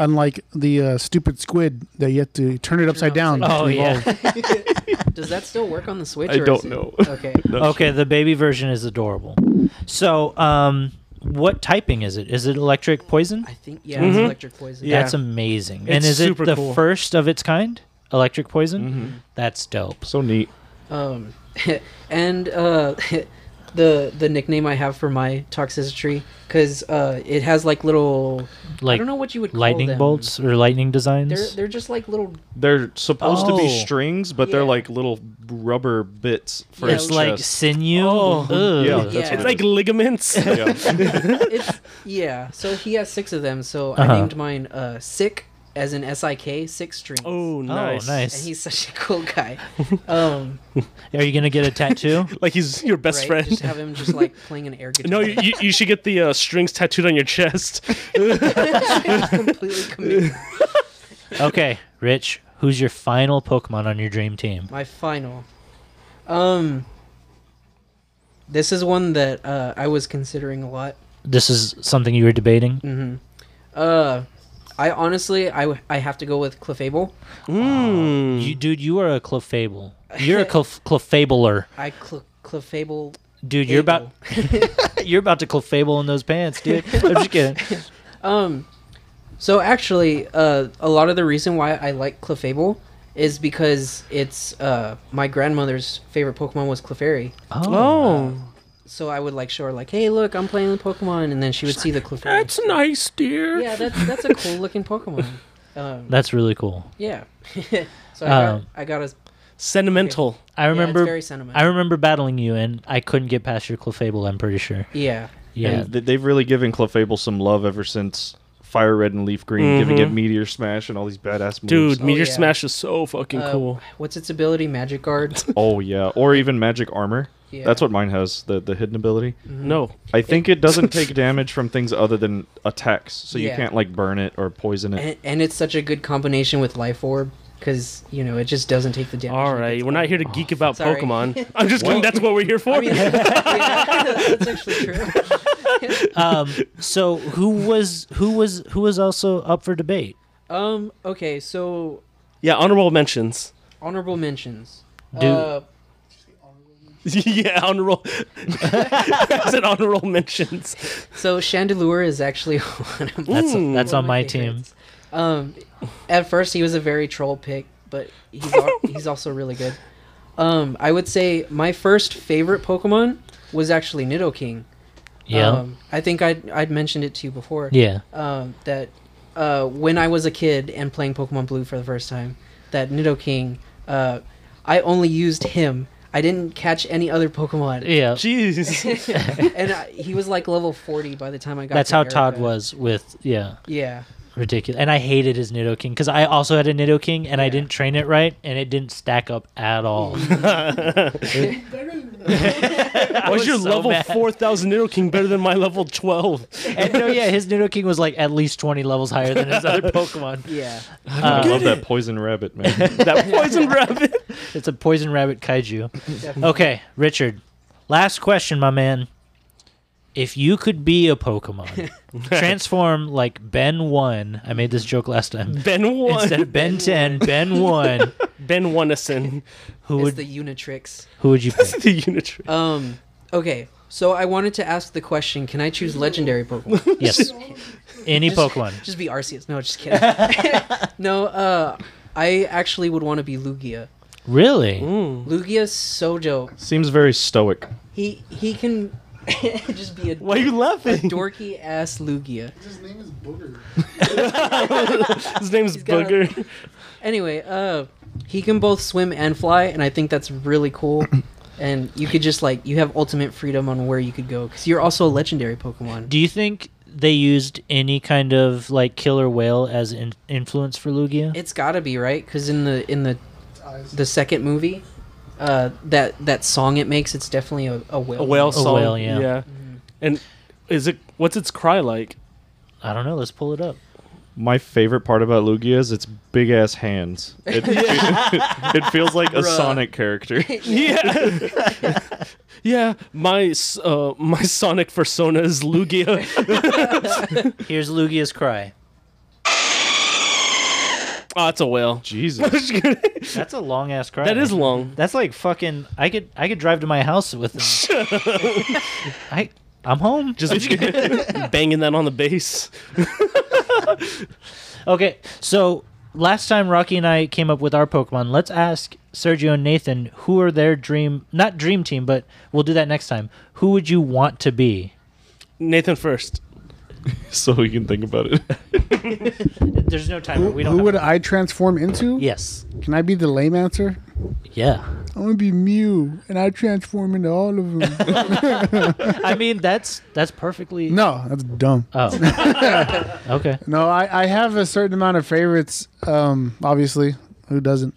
Speaker 4: Unlike the uh, stupid squid that you have to turn it upside down.
Speaker 1: Oh
Speaker 4: to evolve.
Speaker 1: yeah.
Speaker 5: Does that still work on the Switch?
Speaker 2: I
Speaker 5: or is
Speaker 2: don't
Speaker 5: it-
Speaker 2: know.
Speaker 5: Okay.
Speaker 1: okay, the baby version is adorable. So, um, what typing is it? Is it electric poison?
Speaker 5: I think yeah,
Speaker 2: Mm-hmm.
Speaker 5: it's electric poison.
Speaker 6: Yeah.
Speaker 1: That's amazing. and
Speaker 6: It's
Speaker 1: is it
Speaker 6: super
Speaker 1: the
Speaker 6: cool.
Speaker 1: first of its kind? Electric poison?
Speaker 4: Mm-hmm.
Speaker 1: That's dope.
Speaker 2: So neat.
Speaker 5: Um, and uh, the the nickname I have for my toxicity because uh, it has like little
Speaker 1: Like
Speaker 5: I don't know what you would call
Speaker 1: lightning
Speaker 5: them.
Speaker 1: bolts or lightning designs?
Speaker 5: They're they're just like little
Speaker 2: They're supposed to be
Speaker 1: Oh.
Speaker 2: strings, but they're
Speaker 5: Yeah.
Speaker 2: like little rubber bits for
Speaker 5: Yeah,
Speaker 2: his
Speaker 1: it's like
Speaker 2: chest.
Speaker 1: sinew.
Speaker 6: Oh.
Speaker 1: Ugh.
Speaker 2: Yeah, that's
Speaker 5: Yeah.
Speaker 2: what
Speaker 6: It's
Speaker 2: it
Speaker 6: like
Speaker 2: is.
Speaker 6: ligaments.
Speaker 2: yeah.
Speaker 5: it's yeah. So he has six of them. So
Speaker 1: Uh-huh.
Speaker 5: I named mine uh, sick as in S I K six strings.
Speaker 6: oh, nice.
Speaker 1: nice.
Speaker 5: And he's such a cool guy. Um,
Speaker 1: Are you gonna get a tattoo?
Speaker 6: Like he's your best
Speaker 5: right? Just
Speaker 6: friend.
Speaker 5: have him just like playing an air guitar.
Speaker 6: No, you, you, you should get the uh, strings tattooed on your chest.
Speaker 5: completely committed.
Speaker 1: okay, Rich, who's your final Pokemon on your dream team?
Speaker 5: My final. Um, this is one that uh, I was considering a lot.
Speaker 1: This is something you were debating.
Speaker 5: Mm-hmm. Uh, I honestly, I, w- I have to go with Clefable.
Speaker 1: You, dude, you are a Clefable. You're a Clef- Clefabler.
Speaker 5: I cl- Clefable.
Speaker 1: Dude, you're about
Speaker 5: Able.
Speaker 1: you're about to Clefable in those pants, dude. I'm just kidding.
Speaker 5: Um, so actually, uh, a lot of the reason why I like Clefable is because it's uh my grandmother's favorite Pokemon was Clefairy. Um,
Speaker 1: Oh,
Speaker 5: So I would like show her like, hey, look, I'm playing the Pokemon, and then she would see the Clefairy.
Speaker 6: nice, dear.
Speaker 5: yeah, that's that's a cool looking Pokemon. Um,
Speaker 1: that's really cool.
Speaker 5: yeah. so I got,
Speaker 1: Um,
Speaker 5: I got a
Speaker 6: Sentimental.
Speaker 1: I remember
Speaker 5: very sentimental.
Speaker 1: I remember battling you and I couldn't get past your Clefable, I'm pretty sure.
Speaker 5: yeah.
Speaker 1: Yeah.
Speaker 2: And th- they've really given Clefable some love ever since Fire Red and Leaf Green,
Speaker 1: Mm-hmm.
Speaker 2: giving it Meteor Smash and all these badass moves.
Speaker 6: Dude, Meteor
Speaker 5: yeah.
Speaker 6: Smash is so fucking
Speaker 5: Uh,
Speaker 6: cool.
Speaker 5: What's its ability? Magic Guard.
Speaker 2: Oh yeah, or even Magic Armor.
Speaker 5: Yeah.
Speaker 2: That's what mine has the the hidden ability.
Speaker 6: No.
Speaker 2: I think it doesn't take damage from things other than attacks, so you
Speaker 5: Yeah.
Speaker 2: can't like burn it or poison it.
Speaker 5: and, and it's such a good combination with Life Orb because you know it just doesn't take the damage.
Speaker 6: All
Speaker 5: it
Speaker 6: right,
Speaker 5: gets
Speaker 6: we're not here to geek about
Speaker 5: Sorry.
Speaker 6: Pokemon. I'm just kidding. That's what we're here for.
Speaker 5: I mean, yeah, that's actually true.
Speaker 1: Um so who was who was who was also up for debate?
Speaker 5: Um. Okay. So
Speaker 6: yeah, honorable mentions.
Speaker 5: honorable mentions.
Speaker 1: Dude.
Speaker 5: Uh,
Speaker 6: yeah, honorable. I said honorable mentions.
Speaker 5: so Chandelure is actually one of my,
Speaker 1: That's that's
Speaker 5: Hmm. one
Speaker 1: on
Speaker 5: of
Speaker 1: my team.
Speaker 5: favorites. Um, at first he was a very troll pick, but he's al- he's also really good. Um, I would say my first favorite Pokemon was actually Nidoking.
Speaker 1: Yeah.
Speaker 5: Um, I think I'd I'd mentioned it to you before.
Speaker 1: yeah.
Speaker 5: um, that uh, when I was a kid and playing Pokemon Blue for the first time, that Nidoking, uh, I only used him. I didn't catch any other Pokemon,
Speaker 1: Yeah.
Speaker 6: Jeez.
Speaker 5: and I, he was like level forty by the time I got.
Speaker 1: That's
Speaker 5: to
Speaker 1: how Todd
Speaker 5: Erica.
Speaker 1: was with yeah.
Speaker 5: Yeah,
Speaker 1: Ridiculous. And I hated his Nidoking because I also had a Nidoking and I didn't train it right and it didn't stack up at all.
Speaker 6: Why is your
Speaker 1: so
Speaker 6: level
Speaker 1: mad.
Speaker 6: 4000 Nidoking better than my level 12?
Speaker 1: and no, yeah, his Nidoking was like at least 20 levels higher than his other Pokemon. Um,
Speaker 5: yeah.
Speaker 2: I love that poison rabbit, man.
Speaker 6: That poison rabbit.
Speaker 1: It's a poison rabbit kaiju. okay, Richard. Last question, my man. If you could be a Pokemon, transform like Ben 1, I made this joke last time.
Speaker 6: Ben 1.
Speaker 1: Instead of Ben 10, Ben 1,
Speaker 6: ben Oneison.
Speaker 1: who
Speaker 5: It's
Speaker 1: would
Speaker 5: the Unitrix.
Speaker 1: who would you pick?
Speaker 6: the Unitrix.
Speaker 5: Um, okay, so I wanted to ask the question: Can I choose legendary
Speaker 6: Uh,
Speaker 5: Pokemon?
Speaker 1: Yes. Any Pokemon.
Speaker 5: Just be Arceus. No, just kidding. no, uh, I actually would want to be Lugia.
Speaker 1: Really?
Speaker 5: Lugia's so dope.
Speaker 2: Seems very stoic.
Speaker 5: He he can just be a.
Speaker 6: Why are you laughing?
Speaker 5: dorky ass Lugia.
Speaker 4: His name is Booger.
Speaker 6: His name's
Speaker 5: got a-
Speaker 6: Booger.
Speaker 5: Anyway, uh, he can both swim and fly, and I think that's really cool. and you could just like you have ultimate freedom on where you could go because you're also a legendary Pokemon.
Speaker 1: Do you think they used any kind of like killer whale as in- influence for Lugia?
Speaker 5: It's gotta be right because in the in the
Speaker 4: Eyes.
Speaker 5: the second movie, uh, that that song it makes, it's definitely a, a whale.
Speaker 6: A whale song.
Speaker 1: whale, yeah.
Speaker 5: Mm-hmm.
Speaker 6: And is it what's its cry like?
Speaker 1: I don't know. Let's pull it up.
Speaker 2: My favorite part about Lugia is its big ass hands. It, it feels like a
Speaker 5: Bruh.
Speaker 2: Sonic character.
Speaker 6: Yeah. yeah, my s- uh, my sonic persona is Lugia.
Speaker 1: Here's Lugia's cry.
Speaker 6: Oh, it's a whale.
Speaker 2: Jesus.
Speaker 1: That's a long ass cry.
Speaker 6: that is long.
Speaker 1: That's like fucking. I could I could drive to my house with them. I I'm home.
Speaker 6: Just banging that on the bass.
Speaker 1: Okay, so last time Rocky and I came up with our Pokemon, let's ask Sergio and Nathan who are their dream not dream team, but we'll do that next time. Who would you want to be?
Speaker 6: Nathan first.
Speaker 2: so you can think about it.
Speaker 1: There's no time. Oh, We don't.
Speaker 4: Who
Speaker 1: have-
Speaker 4: would I transform into?
Speaker 1: Yes.
Speaker 4: Can I be the lame answer?
Speaker 1: Yeah.
Speaker 4: I want to be Mew, and I transform into all of them.
Speaker 1: I mean, that's that's perfectly.
Speaker 4: no, that's dumb.
Speaker 1: Oh. okay.
Speaker 4: No, I, I have a certain amount of favorites. Um, obviously, who doesn't?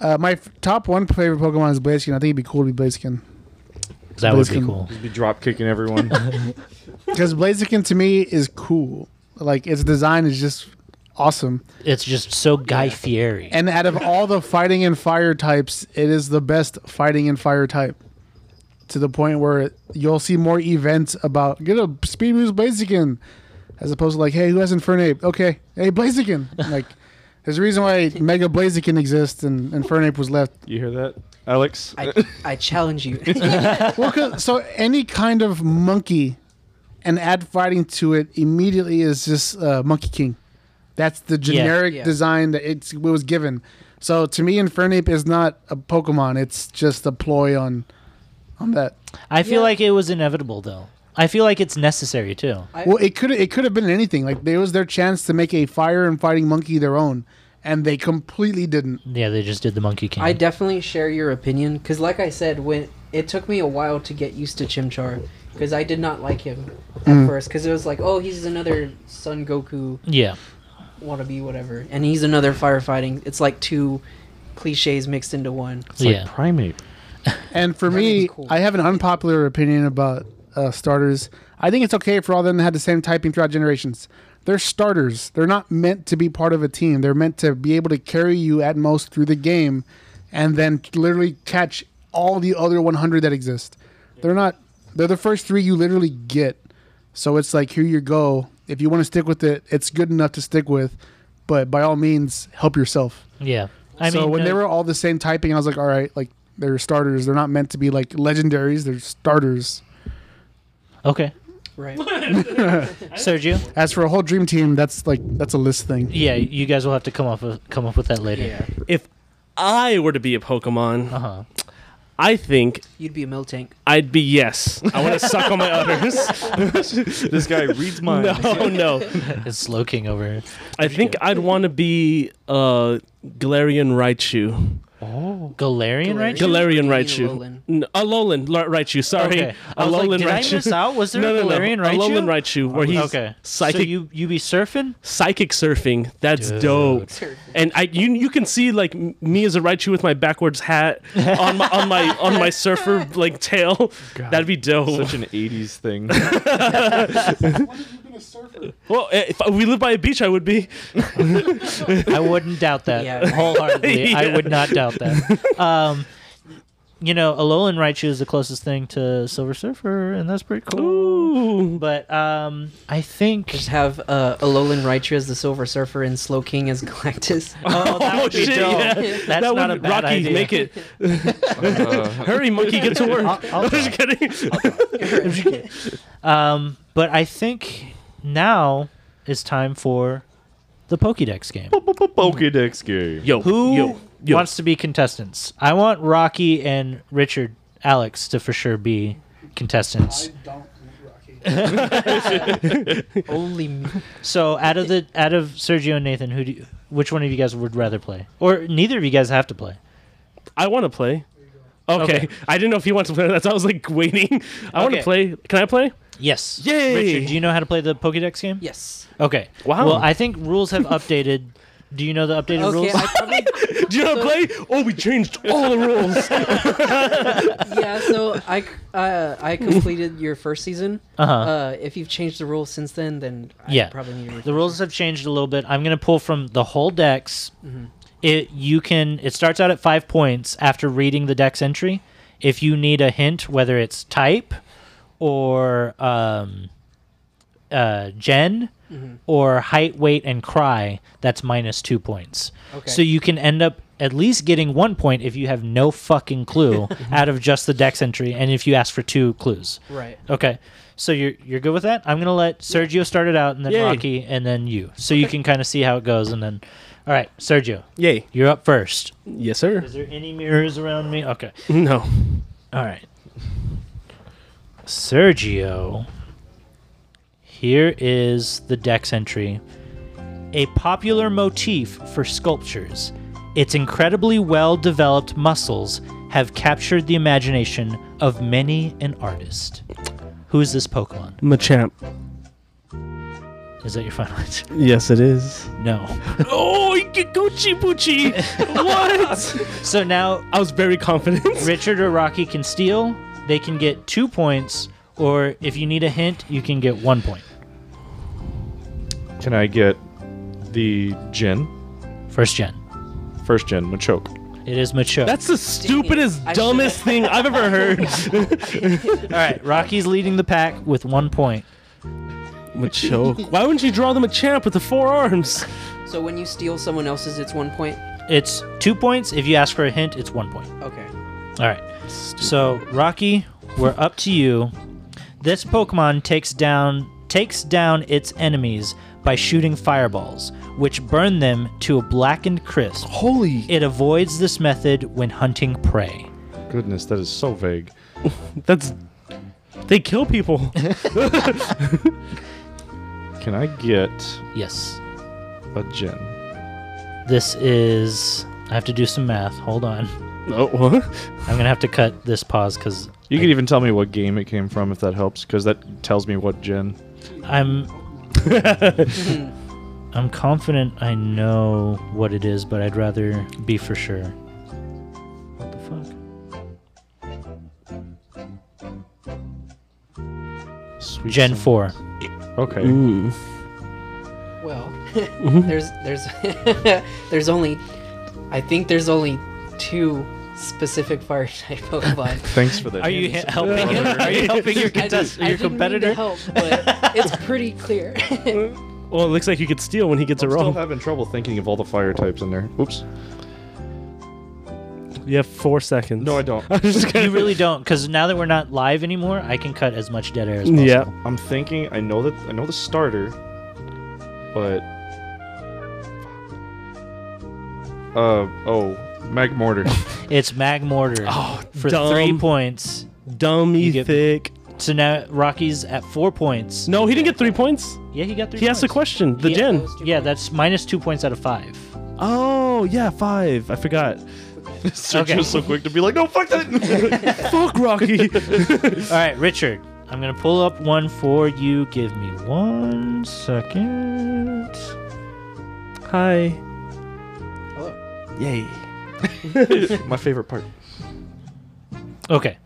Speaker 4: Uh, my f- top one favorite Pokemon is Blaziken. I think it'd be cool to be Blaziken
Speaker 1: That would be
Speaker 4: Listen.
Speaker 1: cool.
Speaker 2: You'd be drop kicking everyone.
Speaker 4: because Blaziken to me is cool. Like its design is just awesome.
Speaker 1: It's just so Guy Fieri.
Speaker 4: And out of all the fighting and fire types, it is the best fighting and fire type. To the point where you'll see more events about get a speed boost Blaziken, as opposed to like, hey, who has Infernape? Okay, hey Blaziken. like, there's a reason why Mega Blaziken exists and Infernape was left.
Speaker 2: you hear that, Alex?
Speaker 5: I, I challenge you.
Speaker 4: Well, 'cause- so any kind of monkey, and add fighting to it immediately is just uh, Monkey King. That's the generic
Speaker 5: Yeah.
Speaker 4: design that it's, it was given. So to me, Infernape is not a Pokemon. It's just a ploy on, on that.
Speaker 1: I feel
Speaker 5: Yeah.
Speaker 1: like it was inevitable, though. I feel like it's necessary too.
Speaker 5: I-
Speaker 4: Well, it could it could have been anything. Like there was their chance to make a fire and fighting monkey their own, and they completely didn't.
Speaker 1: Yeah, they just did the Monkey King.
Speaker 5: I definitely share your opinion because, like I said, when it took me a while to get used to Chimchar because I did not like him at first because it was like, oh, he's another Son Goku
Speaker 1: yeah.
Speaker 5: wannabe, whatever, and he's another firefighting. It's like two cliches mixed into one.
Speaker 2: It's like
Speaker 1: yeah.
Speaker 2: primate.
Speaker 4: And for
Speaker 5: Everything's
Speaker 4: me,
Speaker 5: cool.
Speaker 4: I have an unpopular opinion about uh, starters. I think it's okay for all of them to have the same typing throughout generations. They're starters. They're not meant to be part of a team. They're meant to be able to carry you at most through the game, and then literally catch all the other 100 that exist. They're not. They're the first three you literally get. So it's like here you go. If you want to stick with it, it's good enough to stick with. But by all means, help yourself
Speaker 1: Yeah. I
Speaker 4: so
Speaker 1: mean,
Speaker 4: when
Speaker 1: uh,
Speaker 4: they were all the same typing, I was like, all right, like they're starters. They're not meant to be like legendaries. They're starters.
Speaker 1: okay,
Speaker 5: Right.
Speaker 1: Sergio.
Speaker 4: As for a whole dream team, that's like that's a list thing.
Speaker 1: Yeah, you guys will have to come up with, come up with that later.
Speaker 5: Yeah.
Speaker 6: If I were to be a Pokemon,
Speaker 1: Uh huh.
Speaker 6: I think
Speaker 5: You'd be a mill tank.
Speaker 6: I'd be yes. I want to suck on my udders.
Speaker 2: This guy reads mine.
Speaker 6: No, no.
Speaker 1: It's Slow King over here.
Speaker 6: I think I'd want to be uh, Galarian Raichu.
Speaker 1: Galarian, right?
Speaker 6: Galarian
Speaker 5: Galarian. You mean
Speaker 6: Raichu.
Speaker 5: Alolan.
Speaker 6: N- Alolan La- Raichu, sorry.
Speaker 1: Okay. I was like,
Speaker 6: Alolan
Speaker 1: did I miss out? Was there
Speaker 6: no,
Speaker 1: a
Speaker 6: no,
Speaker 1: Galarian
Speaker 6: no.
Speaker 1: Raichu?
Speaker 6: Alolan Raichu, where he's
Speaker 1: okay.
Speaker 6: psychic,
Speaker 1: So you you be surfing?
Speaker 6: psychic surfing. That's
Speaker 1: Dude.
Speaker 6: dope.
Speaker 5: Surfing.
Speaker 6: And I, you, you can see like m- me as a Raichu with my backwards hat on my on my on my surfer like tail. That'd be dope.
Speaker 2: Such an '80s thing.
Speaker 6: well, eh, if we lived by a beach, I would be.
Speaker 1: I wouldn't doubt that
Speaker 5: Yeah.
Speaker 1: wholeheartedly. I
Speaker 6: Yeah.
Speaker 1: would not doubt that. Um, you know, Alolan Raichu is the closest thing to Silver Surfer, and that's pretty cool.
Speaker 6: Ooh.
Speaker 1: But um, I think
Speaker 5: Just have uh, Alolan Raichu as the Silver Surfer and Slow King as Galactus.
Speaker 1: Oh, that would be
Speaker 6: shit,
Speaker 1: dope.
Speaker 6: yeah.
Speaker 1: That's
Speaker 6: That
Speaker 1: not
Speaker 6: would
Speaker 1: a bad
Speaker 6: Rocky
Speaker 1: idea.
Speaker 6: make it. Hurry, monkey, get to work.
Speaker 1: I'll-
Speaker 6: I'm just kidding.
Speaker 1: Um, but I think now is time for the Pokédex game.
Speaker 2: Pokedex game.
Speaker 6: Yo,
Speaker 1: Who
Speaker 6: yo, yo.
Speaker 1: wants to be contestants? I want Rocky and Richard Alex to for sure be contestants.
Speaker 5: Only me.
Speaker 1: So out of the out of Sergio and Nathan, who do you, which one of you guys would rather play? Or neither of you guys have to play.
Speaker 6: I want to play. Okay.
Speaker 1: Okay.
Speaker 6: I didn't know if you want to play. That's why I was like waiting. I want
Speaker 1: Okay.
Speaker 6: to play. Can I play?
Speaker 1: Yes.
Speaker 6: Yay!
Speaker 1: Richard, do you know how to play the Pokédex game?
Speaker 5: Yes.
Speaker 1: Okay.
Speaker 6: Wow.
Speaker 1: Well, I think rules have updated. Do you know the updated
Speaker 5: Okay.
Speaker 1: rules?
Speaker 5: I probably,
Speaker 6: Do you know how to play? Oh, we changed all the rules.
Speaker 5: yeah. So I c- uh, I completed your first season.
Speaker 1: Uh-huh.
Speaker 5: Uh, if you've changed the rules since then, then I
Speaker 1: Yeah.
Speaker 5: probably need to.
Speaker 1: The rules have changed a little bit. I'm going to pull from the whole decks.
Speaker 5: Mm-hmm.
Speaker 1: It you can it starts out at 5 points after reading the deck's entry. If you need a hint whether it's type or um uh gen
Speaker 5: Mm-hmm.
Speaker 1: or height, weight, and cry, that's minus two points.
Speaker 5: Okay.
Speaker 1: So you can end up at least getting one point if you have no fucking clue out of just the dex entry, and if you ask for two clues.
Speaker 5: Right.
Speaker 1: Okay. So you're you're good with that? I'm gonna let Sergio start it out, and then
Speaker 3: Yay.
Speaker 1: Rocky, and then you, so you can kind of see how it goes, and then. All right, Sergio,
Speaker 3: Yay.
Speaker 1: you're up first.
Speaker 3: Yes, sir.
Speaker 1: Is there any mirrors around me? Okay.
Speaker 3: No.
Speaker 1: All right. Sergio. Here is the dex entry. A popular motif for sculptures. Its incredibly well developed muscles have captured the imagination of many an artist. Who is this Pokemon?
Speaker 3: Machamp.
Speaker 1: Is that your final answer?
Speaker 3: Yes, it is.
Speaker 1: No.
Speaker 3: oh, Gucci Pucci. what?
Speaker 1: So now
Speaker 3: I was very confident.
Speaker 1: Richard or Rocky can steal. They can get two points, or if you need a hint, you can get one point.
Speaker 2: Can I get the gin?
Speaker 1: First gen.
Speaker 2: First gen, Machoke.
Speaker 1: It is Macho.
Speaker 3: That's the stupidest,
Speaker 5: I should've-
Speaker 3: dumbest thing I've ever heard.
Speaker 1: All right, Rocky's leading the pack with one point.
Speaker 3: Machoke. Why wouldn't you draw them a champ with the four arms?
Speaker 5: So when you steal someone else's, it's one point.
Speaker 1: It's two points. If you ask for a hint, it's one point.
Speaker 5: Okay.
Speaker 1: All right. So Rocky, we're up to you. This Pokemon takes down takes down its enemies by shooting fireballs, which burn them to a blackened crisp.
Speaker 3: Holy.
Speaker 1: It avoids this method when hunting prey.
Speaker 2: Goodness, that is so vague.
Speaker 3: That's. They kill people.
Speaker 2: Can I get
Speaker 1: Yes.
Speaker 2: a gin?
Speaker 1: This is I have to do some math. Hold on.
Speaker 3: oh, what?
Speaker 1: I'm going to have to cut this pause cuz
Speaker 2: You can even tell me what game it came from if that helps, because that tells me what gin.
Speaker 1: I'm I'm confident I know what it is, but I'd rather be for sure. What the fuck?
Speaker 2: Sweet
Speaker 1: Gen
Speaker 2: some-
Speaker 1: 4.
Speaker 2: Okay.
Speaker 3: Ooh.
Speaker 5: Well,
Speaker 1: Mm-hmm.
Speaker 5: there's there's there's only, I think there's only two specific fire type Pokemon.
Speaker 2: Thanks for that.
Speaker 1: Are you he- helping? Are you helping your contest,
Speaker 5: I
Speaker 1: your
Speaker 5: didn't mean to
Speaker 1: competitor?
Speaker 5: help, but it's pretty clear.
Speaker 3: Well, it looks like you could steal when he gets
Speaker 2: I'm
Speaker 3: it
Speaker 2: still
Speaker 3: wrong.
Speaker 2: having trouble thinking of all the fire types in there. Oops.
Speaker 3: you have four seconds.
Speaker 2: No, I don't.
Speaker 1: You really don't, because now that we're not live anymore, I can cut as much dead air as possible.
Speaker 3: Yeah.
Speaker 2: I'm thinking. I know that. I know the starter, but. Uh oh, Magmortar.
Speaker 1: It's Magmortar for
Speaker 3: dumb.
Speaker 1: three points.
Speaker 3: Dummy
Speaker 1: You get-
Speaker 3: thick.
Speaker 1: So now Rocky's at four points.
Speaker 3: No, he didn't get three points.
Speaker 1: Yeah, he got three.
Speaker 3: He asked a
Speaker 1: points.
Speaker 3: question. The
Speaker 1: Yeah.
Speaker 3: gen.
Speaker 5: Those two
Speaker 1: Yeah,
Speaker 5: points.
Speaker 1: that's minus two points out of five.
Speaker 3: Oh, yeah, five. I forgot.
Speaker 2: Sergio's so quick to be like, no, fuck that.
Speaker 3: Fuck Rocky.
Speaker 1: All right, Richard. I'm gonna pull up one for you. Give me one second.
Speaker 3: Hi.
Speaker 5: Hello.
Speaker 3: Yay.
Speaker 2: My favorite part.
Speaker 1: Okay.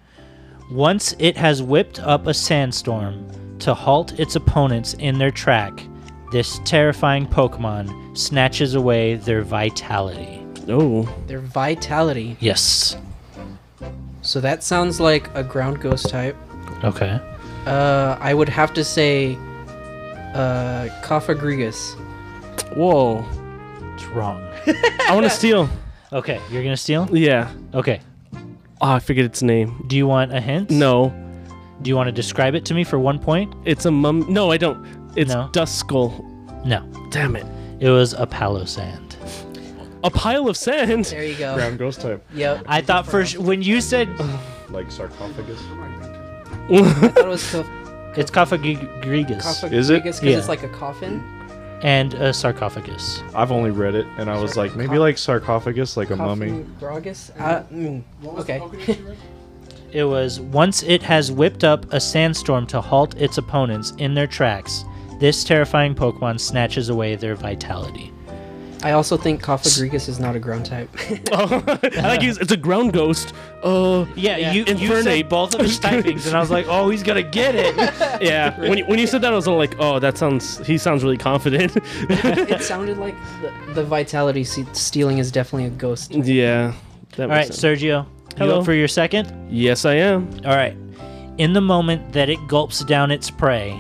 Speaker 1: Once it has whipped up a sandstorm to halt its opponents in their track, this terrifying Pokemon snatches away their vitality.
Speaker 3: Oh.
Speaker 5: Their vitality.
Speaker 1: Yes.
Speaker 5: So that sounds like a ground ghost type.
Speaker 1: Okay.
Speaker 5: Uh, I would have to say, uh, Kofagrigus.
Speaker 3: Whoa.
Speaker 1: It's wrong.
Speaker 3: I want to steal.
Speaker 1: okay, you're gonna steal?
Speaker 3: Yeah.
Speaker 1: Okay.
Speaker 3: Oh, I forget its name.
Speaker 1: Do you want a hint?
Speaker 3: No,
Speaker 1: Do you want to describe it to me for one point?
Speaker 3: it's a mum. No, I don't. It's
Speaker 1: No.
Speaker 3: dust skull.
Speaker 1: No.
Speaker 3: Damn it.
Speaker 1: It was a palo sand.
Speaker 3: A pile of sand.
Speaker 5: There you go.
Speaker 2: Ground ghost type,
Speaker 5: Yep.
Speaker 1: I thought for sh- when you said
Speaker 2: like sarcophagus.
Speaker 5: I thought it was Kof-
Speaker 1: it's Kofagrigus
Speaker 5: Kofagrigus
Speaker 2: Is it?
Speaker 5: because
Speaker 1: Yeah.
Speaker 5: it's like a coffin.
Speaker 1: and a sarcophagus.
Speaker 2: I've only read it, and I was like, maybe like sarcophagus, like a mummy.
Speaker 5: Grogus. Uh, mm, okay.
Speaker 1: It was once it has whipped up a sandstorm to halt its opponents in their tracks, this terrifying Pokemon snatches away their vitality.
Speaker 5: I also think Kofagrigus is not a ground type.
Speaker 3: I like it's, it's a ground ghost. Uh,
Speaker 1: Yeah, you, you
Speaker 3: Infernape.
Speaker 1: said both of his typings, and I was like, oh, he's gonna get it.
Speaker 3: yeah. When you, when you said that, I was all like, oh, that sounds. He sounds really confident.
Speaker 5: it sounded like the, the vitality se- stealing is definitely a ghost.
Speaker 3: yeah. That
Speaker 1: All right, Sergio, you
Speaker 3: Hello.
Speaker 1: up for your second?
Speaker 3: Yes, I am.
Speaker 1: All right. In the moment that it gulps down its prey,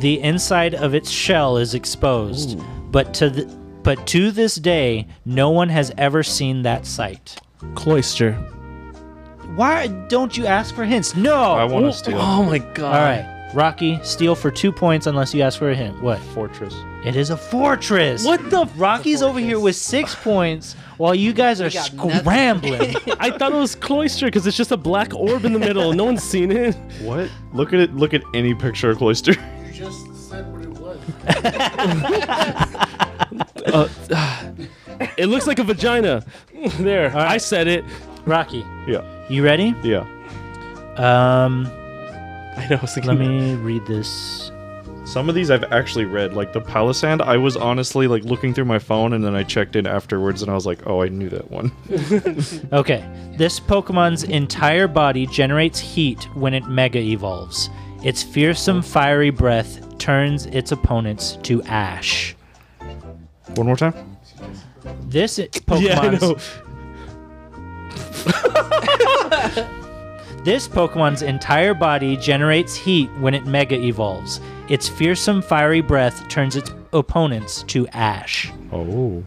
Speaker 1: the inside of its shell is exposed. But to the, but to this day, no one has ever seen that sight.
Speaker 6: Cloister.
Speaker 1: Why don't you ask for hints? No.
Speaker 2: I want to steal
Speaker 6: Oh my god.
Speaker 1: All right, Rocky, steal for two points unless you ask for a hint. What?
Speaker 2: fortress.
Speaker 1: It is a fortress.
Speaker 6: What the f-
Speaker 1: Rocky's over here with six points while you guys are
Speaker 5: got nothing.
Speaker 1: scrambling.
Speaker 6: I thought it was cloister because it's just a black orb in the middle. No one's seen it.
Speaker 2: What? Look at it. Look at any picture of cloister.
Speaker 4: You just said what it was.
Speaker 6: Uh, It looks like a vagina. There, I said it.
Speaker 1: Rocky,
Speaker 2: yeah.
Speaker 1: you ready?
Speaker 2: Yeah.
Speaker 1: Um,
Speaker 6: I know. I was thinking.
Speaker 1: let me read this.
Speaker 2: Some of these I've actually read, like the Palisand. I was honestly like looking through my phone, and then I checked in afterwards, and I was like, "Oh, I knew that one."
Speaker 1: Okay. This Pokemon's entire body generates heat when it mega evolves. Its fearsome fiery breath turns its opponents to ash.
Speaker 2: one more time.
Speaker 1: This i-
Speaker 6: yeah, I
Speaker 1: Pokemon's
Speaker 6: know.
Speaker 1: This Pokemon's entire body generates heat when it mega evolves. Its fearsome fiery breath turns its opponents to ash.
Speaker 2: Oh.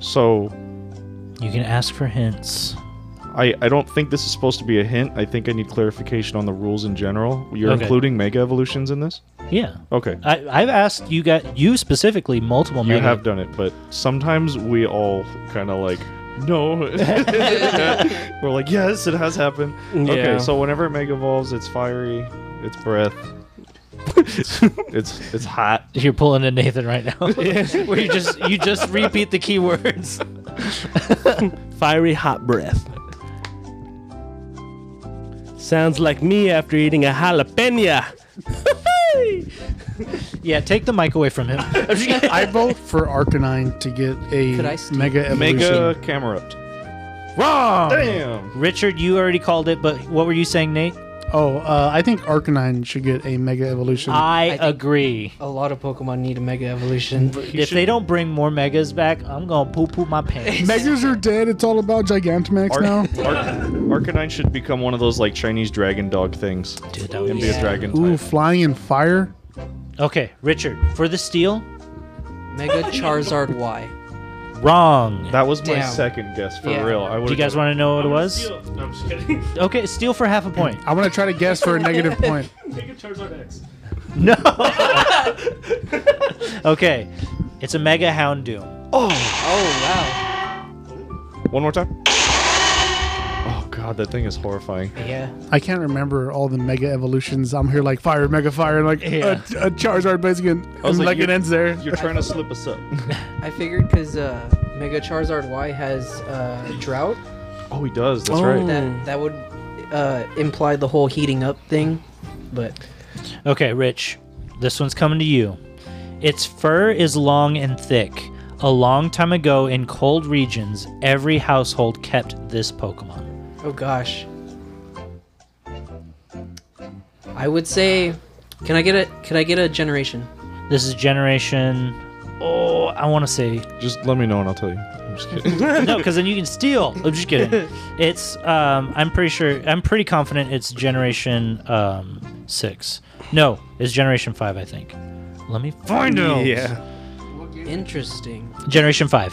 Speaker 2: So
Speaker 1: You can ask for hints.
Speaker 2: I I don't think this is supposed to be a hint. I think I need clarification on the rules in general. You're
Speaker 1: Okay.
Speaker 2: including mega evolutions in this?
Speaker 1: Yeah.
Speaker 2: Okay.
Speaker 1: I, I've asked you got you specifically multiple
Speaker 2: You
Speaker 1: mega.
Speaker 2: have done it, but sometimes we all kind of like, no. We're like, yes, it has happened.
Speaker 6: Yeah.
Speaker 2: Okay, so whenever it mega evolves, it's fiery, it's breath, it's it's hot.
Speaker 1: You're pulling a Nathan right now. Where you just you just repeat the keywords.
Speaker 6: Fiery hot breath. Sounds like me after eating a jalapeno.
Speaker 1: Yeah, take the mic away from him.
Speaker 4: I vote for Arcanine to get
Speaker 5: Could I
Speaker 4: a
Speaker 5: steal-
Speaker 4: mega evolution.
Speaker 2: Mega camera up.
Speaker 1: Wrong.
Speaker 2: Damn.
Speaker 1: Richard, you already called it, but what were you saying, Nate?
Speaker 4: Oh, uh, I think Arcanine should get a mega evolution.
Speaker 1: I,
Speaker 5: think-
Speaker 1: agree.
Speaker 5: A lot of Pokemon need a Mega Evolution.
Speaker 1: If they don't bring more megas back, I'm gonna poo poo my pants.
Speaker 4: Megas are dead. It's all about Gigantamax
Speaker 2: Ar-
Speaker 4: now.
Speaker 2: Ar- Arcanine should become one of those like Chinese dragon dog things
Speaker 1: Dude, that would
Speaker 2: and
Speaker 1: be
Speaker 2: be
Speaker 5: Yeah.
Speaker 2: a dragon type.
Speaker 4: Ooh, flying in fire.
Speaker 1: sick. Okay, Richard, for the steal,
Speaker 5: Mega Charizard Y.
Speaker 1: wrong.
Speaker 2: That was my
Speaker 5: Damn.
Speaker 2: second guess for
Speaker 5: Yeah.
Speaker 2: real. I
Speaker 1: Do you guys want to know what it was?
Speaker 3: No, I'm just kidding.
Speaker 1: Okay, steal for half a point.
Speaker 4: I want to try to guess for a negative point.
Speaker 3: Take a Charizard X.
Speaker 1: No. okay, it's a mega Houndoom.
Speaker 5: Oh wow.
Speaker 2: one more time? Oh god, that thing is horrifying.
Speaker 5: Yeah.
Speaker 4: I can't remember all the mega evolutions. I'm here like fire, mega fire, and like
Speaker 1: Yeah.
Speaker 4: a, a Charizard basically, and,
Speaker 2: was
Speaker 4: and,
Speaker 2: like,
Speaker 4: like, it
Speaker 2: you-
Speaker 4: ends there.
Speaker 2: You're trying to slip us up.
Speaker 5: I figured because uh, Mega Charizard Y has uh, drought,
Speaker 2: Oh, he does. That's right.
Speaker 5: that that would uh, imply the whole heating up thing. But
Speaker 1: Okay, Rich, this one's coming to you. Its fur is long and thick. A long time ago in cold regions, every household kept this Pokemon.
Speaker 5: oh gosh, I would say, can I get a can I get a generation?
Speaker 1: This is generation. Oh, I want to say
Speaker 2: Just let me know and I'll tell you. I'm just kidding.
Speaker 1: no, because then you can steal. I'm just kidding. It's um, I'm pretty sure. I'm pretty confident it's generation um six. No, it's generation five. I think. Let me find out.
Speaker 6: Yeah.
Speaker 5: Interesting.
Speaker 1: Generation five.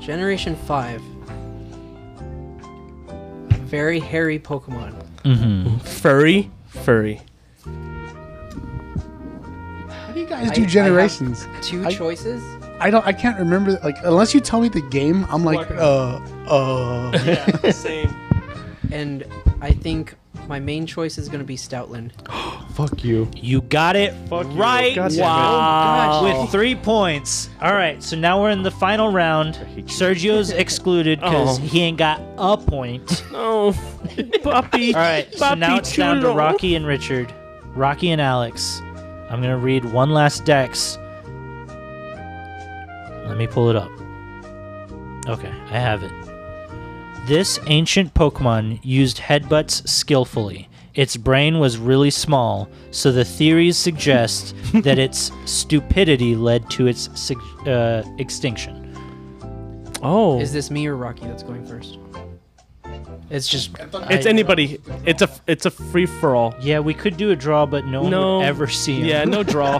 Speaker 5: Generation five. Very hairy Pokemon.
Speaker 6: Furry. Furry.
Speaker 4: How do you guys
Speaker 5: I-
Speaker 4: do
Speaker 5: I have
Speaker 4: generations?
Speaker 5: Two
Speaker 4: I-
Speaker 5: choices.
Speaker 4: I don't. I can't remember. Like unless you tell me the game, I'm like, uh, uh.
Speaker 3: Yeah, same.
Speaker 5: And I think my main choice is going to be Stoutland.
Speaker 2: Fuck you.
Speaker 1: You got it
Speaker 2: Fuck you.
Speaker 1: right.
Speaker 2: God damn it.
Speaker 1: wow.
Speaker 5: Oh, gosh.
Speaker 1: With three points. All right. So now we're in the final round.
Speaker 2: hate you.
Speaker 1: Sergio's excluded because
Speaker 6: Oh.
Speaker 1: he ain't got a point.
Speaker 6: Oh, puppy.
Speaker 1: All right. So
Speaker 6: Papi
Speaker 1: now it's down to
Speaker 6: chulo.
Speaker 1: Rocky and Richard. Rocky and Alex. I'm going to read one last dex. Let me pull it up. Okay, I have it. This ancient Pokemon used headbutts skillfully. Its brain was really small, so the theories suggest that its stupidity led to its sig- uh, extinction.
Speaker 6: Oh.
Speaker 5: Is this me or Rocky that's going first? It's just
Speaker 3: It's
Speaker 1: I-
Speaker 3: anybody. It's a it's a free for all.
Speaker 1: Yeah, we could do a draw, but no one
Speaker 3: No.
Speaker 1: would ever see him.
Speaker 3: Yeah, no draw.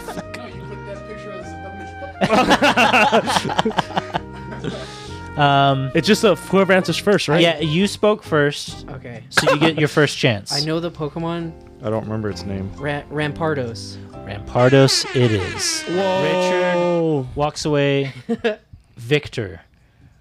Speaker 1: Um,
Speaker 3: it's just a whoever answers first, right?
Speaker 1: yeah, you spoke first,
Speaker 5: okay.
Speaker 1: so you get your first chance.
Speaker 5: I know the Pokemon
Speaker 2: I don't remember its name.
Speaker 5: Ra- Rampardos.
Speaker 1: Rampardos, it is.
Speaker 3: Whoa.
Speaker 1: Walks away. Victor.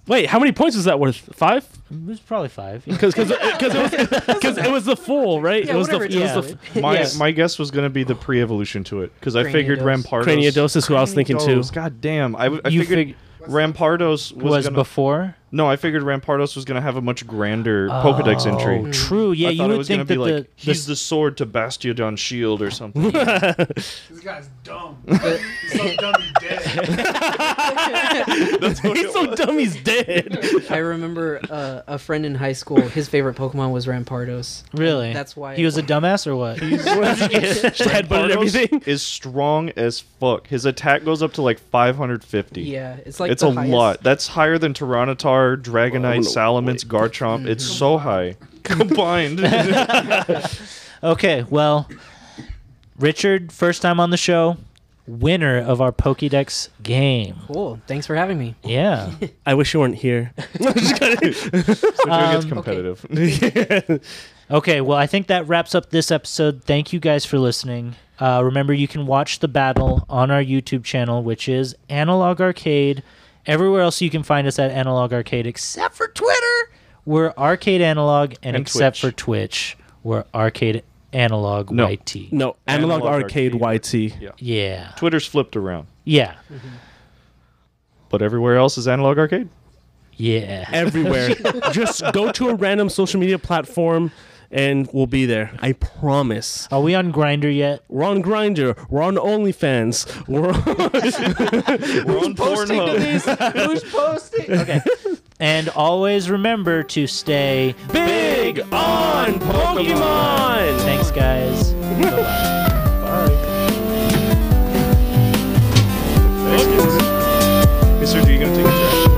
Speaker 3: Wait, how many points was that worth? Five?
Speaker 1: It was probably five. yeah.
Speaker 3: Because it was because it was the fool, right?
Speaker 5: Yeah,
Speaker 3: it was the
Speaker 5: whatever it
Speaker 3: it
Speaker 5: is.
Speaker 3: was the
Speaker 2: My
Speaker 1: Yes.
Speaker 2: my guess was going to be the pre-evolution to it because I figured
Speaker 5: Craniodos.
Speaker 2: Rampardos.
Speaker 3: Craniodosis, who I was thinking too.
Speaker 2: Craniodos, God damn! I, w- I
Speaker 1: You
Speaker 2: figured Rampardos was,
Speaker 1: was
Speaker 2: gonna,
Speaker 1: before.
Speaker 2: no. I figured Rampardos was going to have a much grander Pokedex entry.
Speaker 1: Oh, True. Yeah,
Speaker 2: I
Speaker 1: you
Speaker 2: thought it
Speaker 1: would
Speaker 2: was
Speaker 1: think
Speaker 2: going
Speaker 1: that
Speaker 2: to be like
Speaker 1: the, the
Speaker 2: he's the sword to Bastiodon's shield or something.
Speaker 4: This guy's dumb. He's so dumb he's dead.
Speaker 3: He's so dumb, he's dead.
Speaker 5: I remember uh, a friend in high school. His favorite Pokemon was Rampardos.
Speaker 1: really.
Speaker 5: That's why
Speaker 1: he
Speaker 5: it
Speaker 1: was a dumbass or what?
Speaker 3: Headbutted
Speaker 2: Pardos
Speaker 3: everything.
Speaker 2: is strong as fuck. His attack goes up to like 550.
Speaker 5: Yeah, it's like
Speaker 2: it's
Speaker 5: the
Speaker 2: a
Speaker 5: highest-
Speaker 2: lot. That's higher than Tyranitar, Dragonite, Salamence,
Speaker 5: Mm-hmm.
Speaker 2: Garchomp. It's so high combined.
Speaker 1: okay. Well, Richard, first time on the show, winner of our Pokédex game.
Speaker 5: Cool. Thanks for having me.
Speaker 1: Yeah.
Speaker 3: I wish you weren't here.
Speaker 5: Um,
Speaker 2: it's competitive.
Speaker 1: Okay, well, I think that wraps up this episode. Thank you guys for listening. Uh, remember, you can watch the battle on our YouTube channel, which is Analog Arcade. Everywhere else, you can find us at Analog Arcade, except for Twitter. We're Arcade Analog, and,
Speaker 2: And
Speaker 1: except
Speaker 2: Twitch.
Speaker 1: for Twitch, we're Arcade Analog
Speaker 2: No.
Speaker 1: YT.
Speaker 3: No,
Speaker 2: Analog
Speaker 3: Analog, Arcade, YT.
Speaker 2: Yeah.
Speaker 1: Yeah.
Speaker 2: Twitter's flipped around,
Speaker 1: Yeah.
Speaker 2: but everywhere else is Analog Arcade.
Speaker 1: Yeah.
Speaker 3: Everywhere. Just go to a random social media platform and we'll be there. I promise.
Speaker 1: Are we on Grinder yet?
Speaker 3: We're on Grinder. We're on OnlyFans. We're
Speaker 2: We're on Pornhub.
Speaker 5: Who's posting?
Speaker 1: Okay. and always remember to stay.
Speaker 3: big on Pokemon.
Speaker 1: Thanks, guys.
Speaker 2: Mr. G, you gonna take a drink?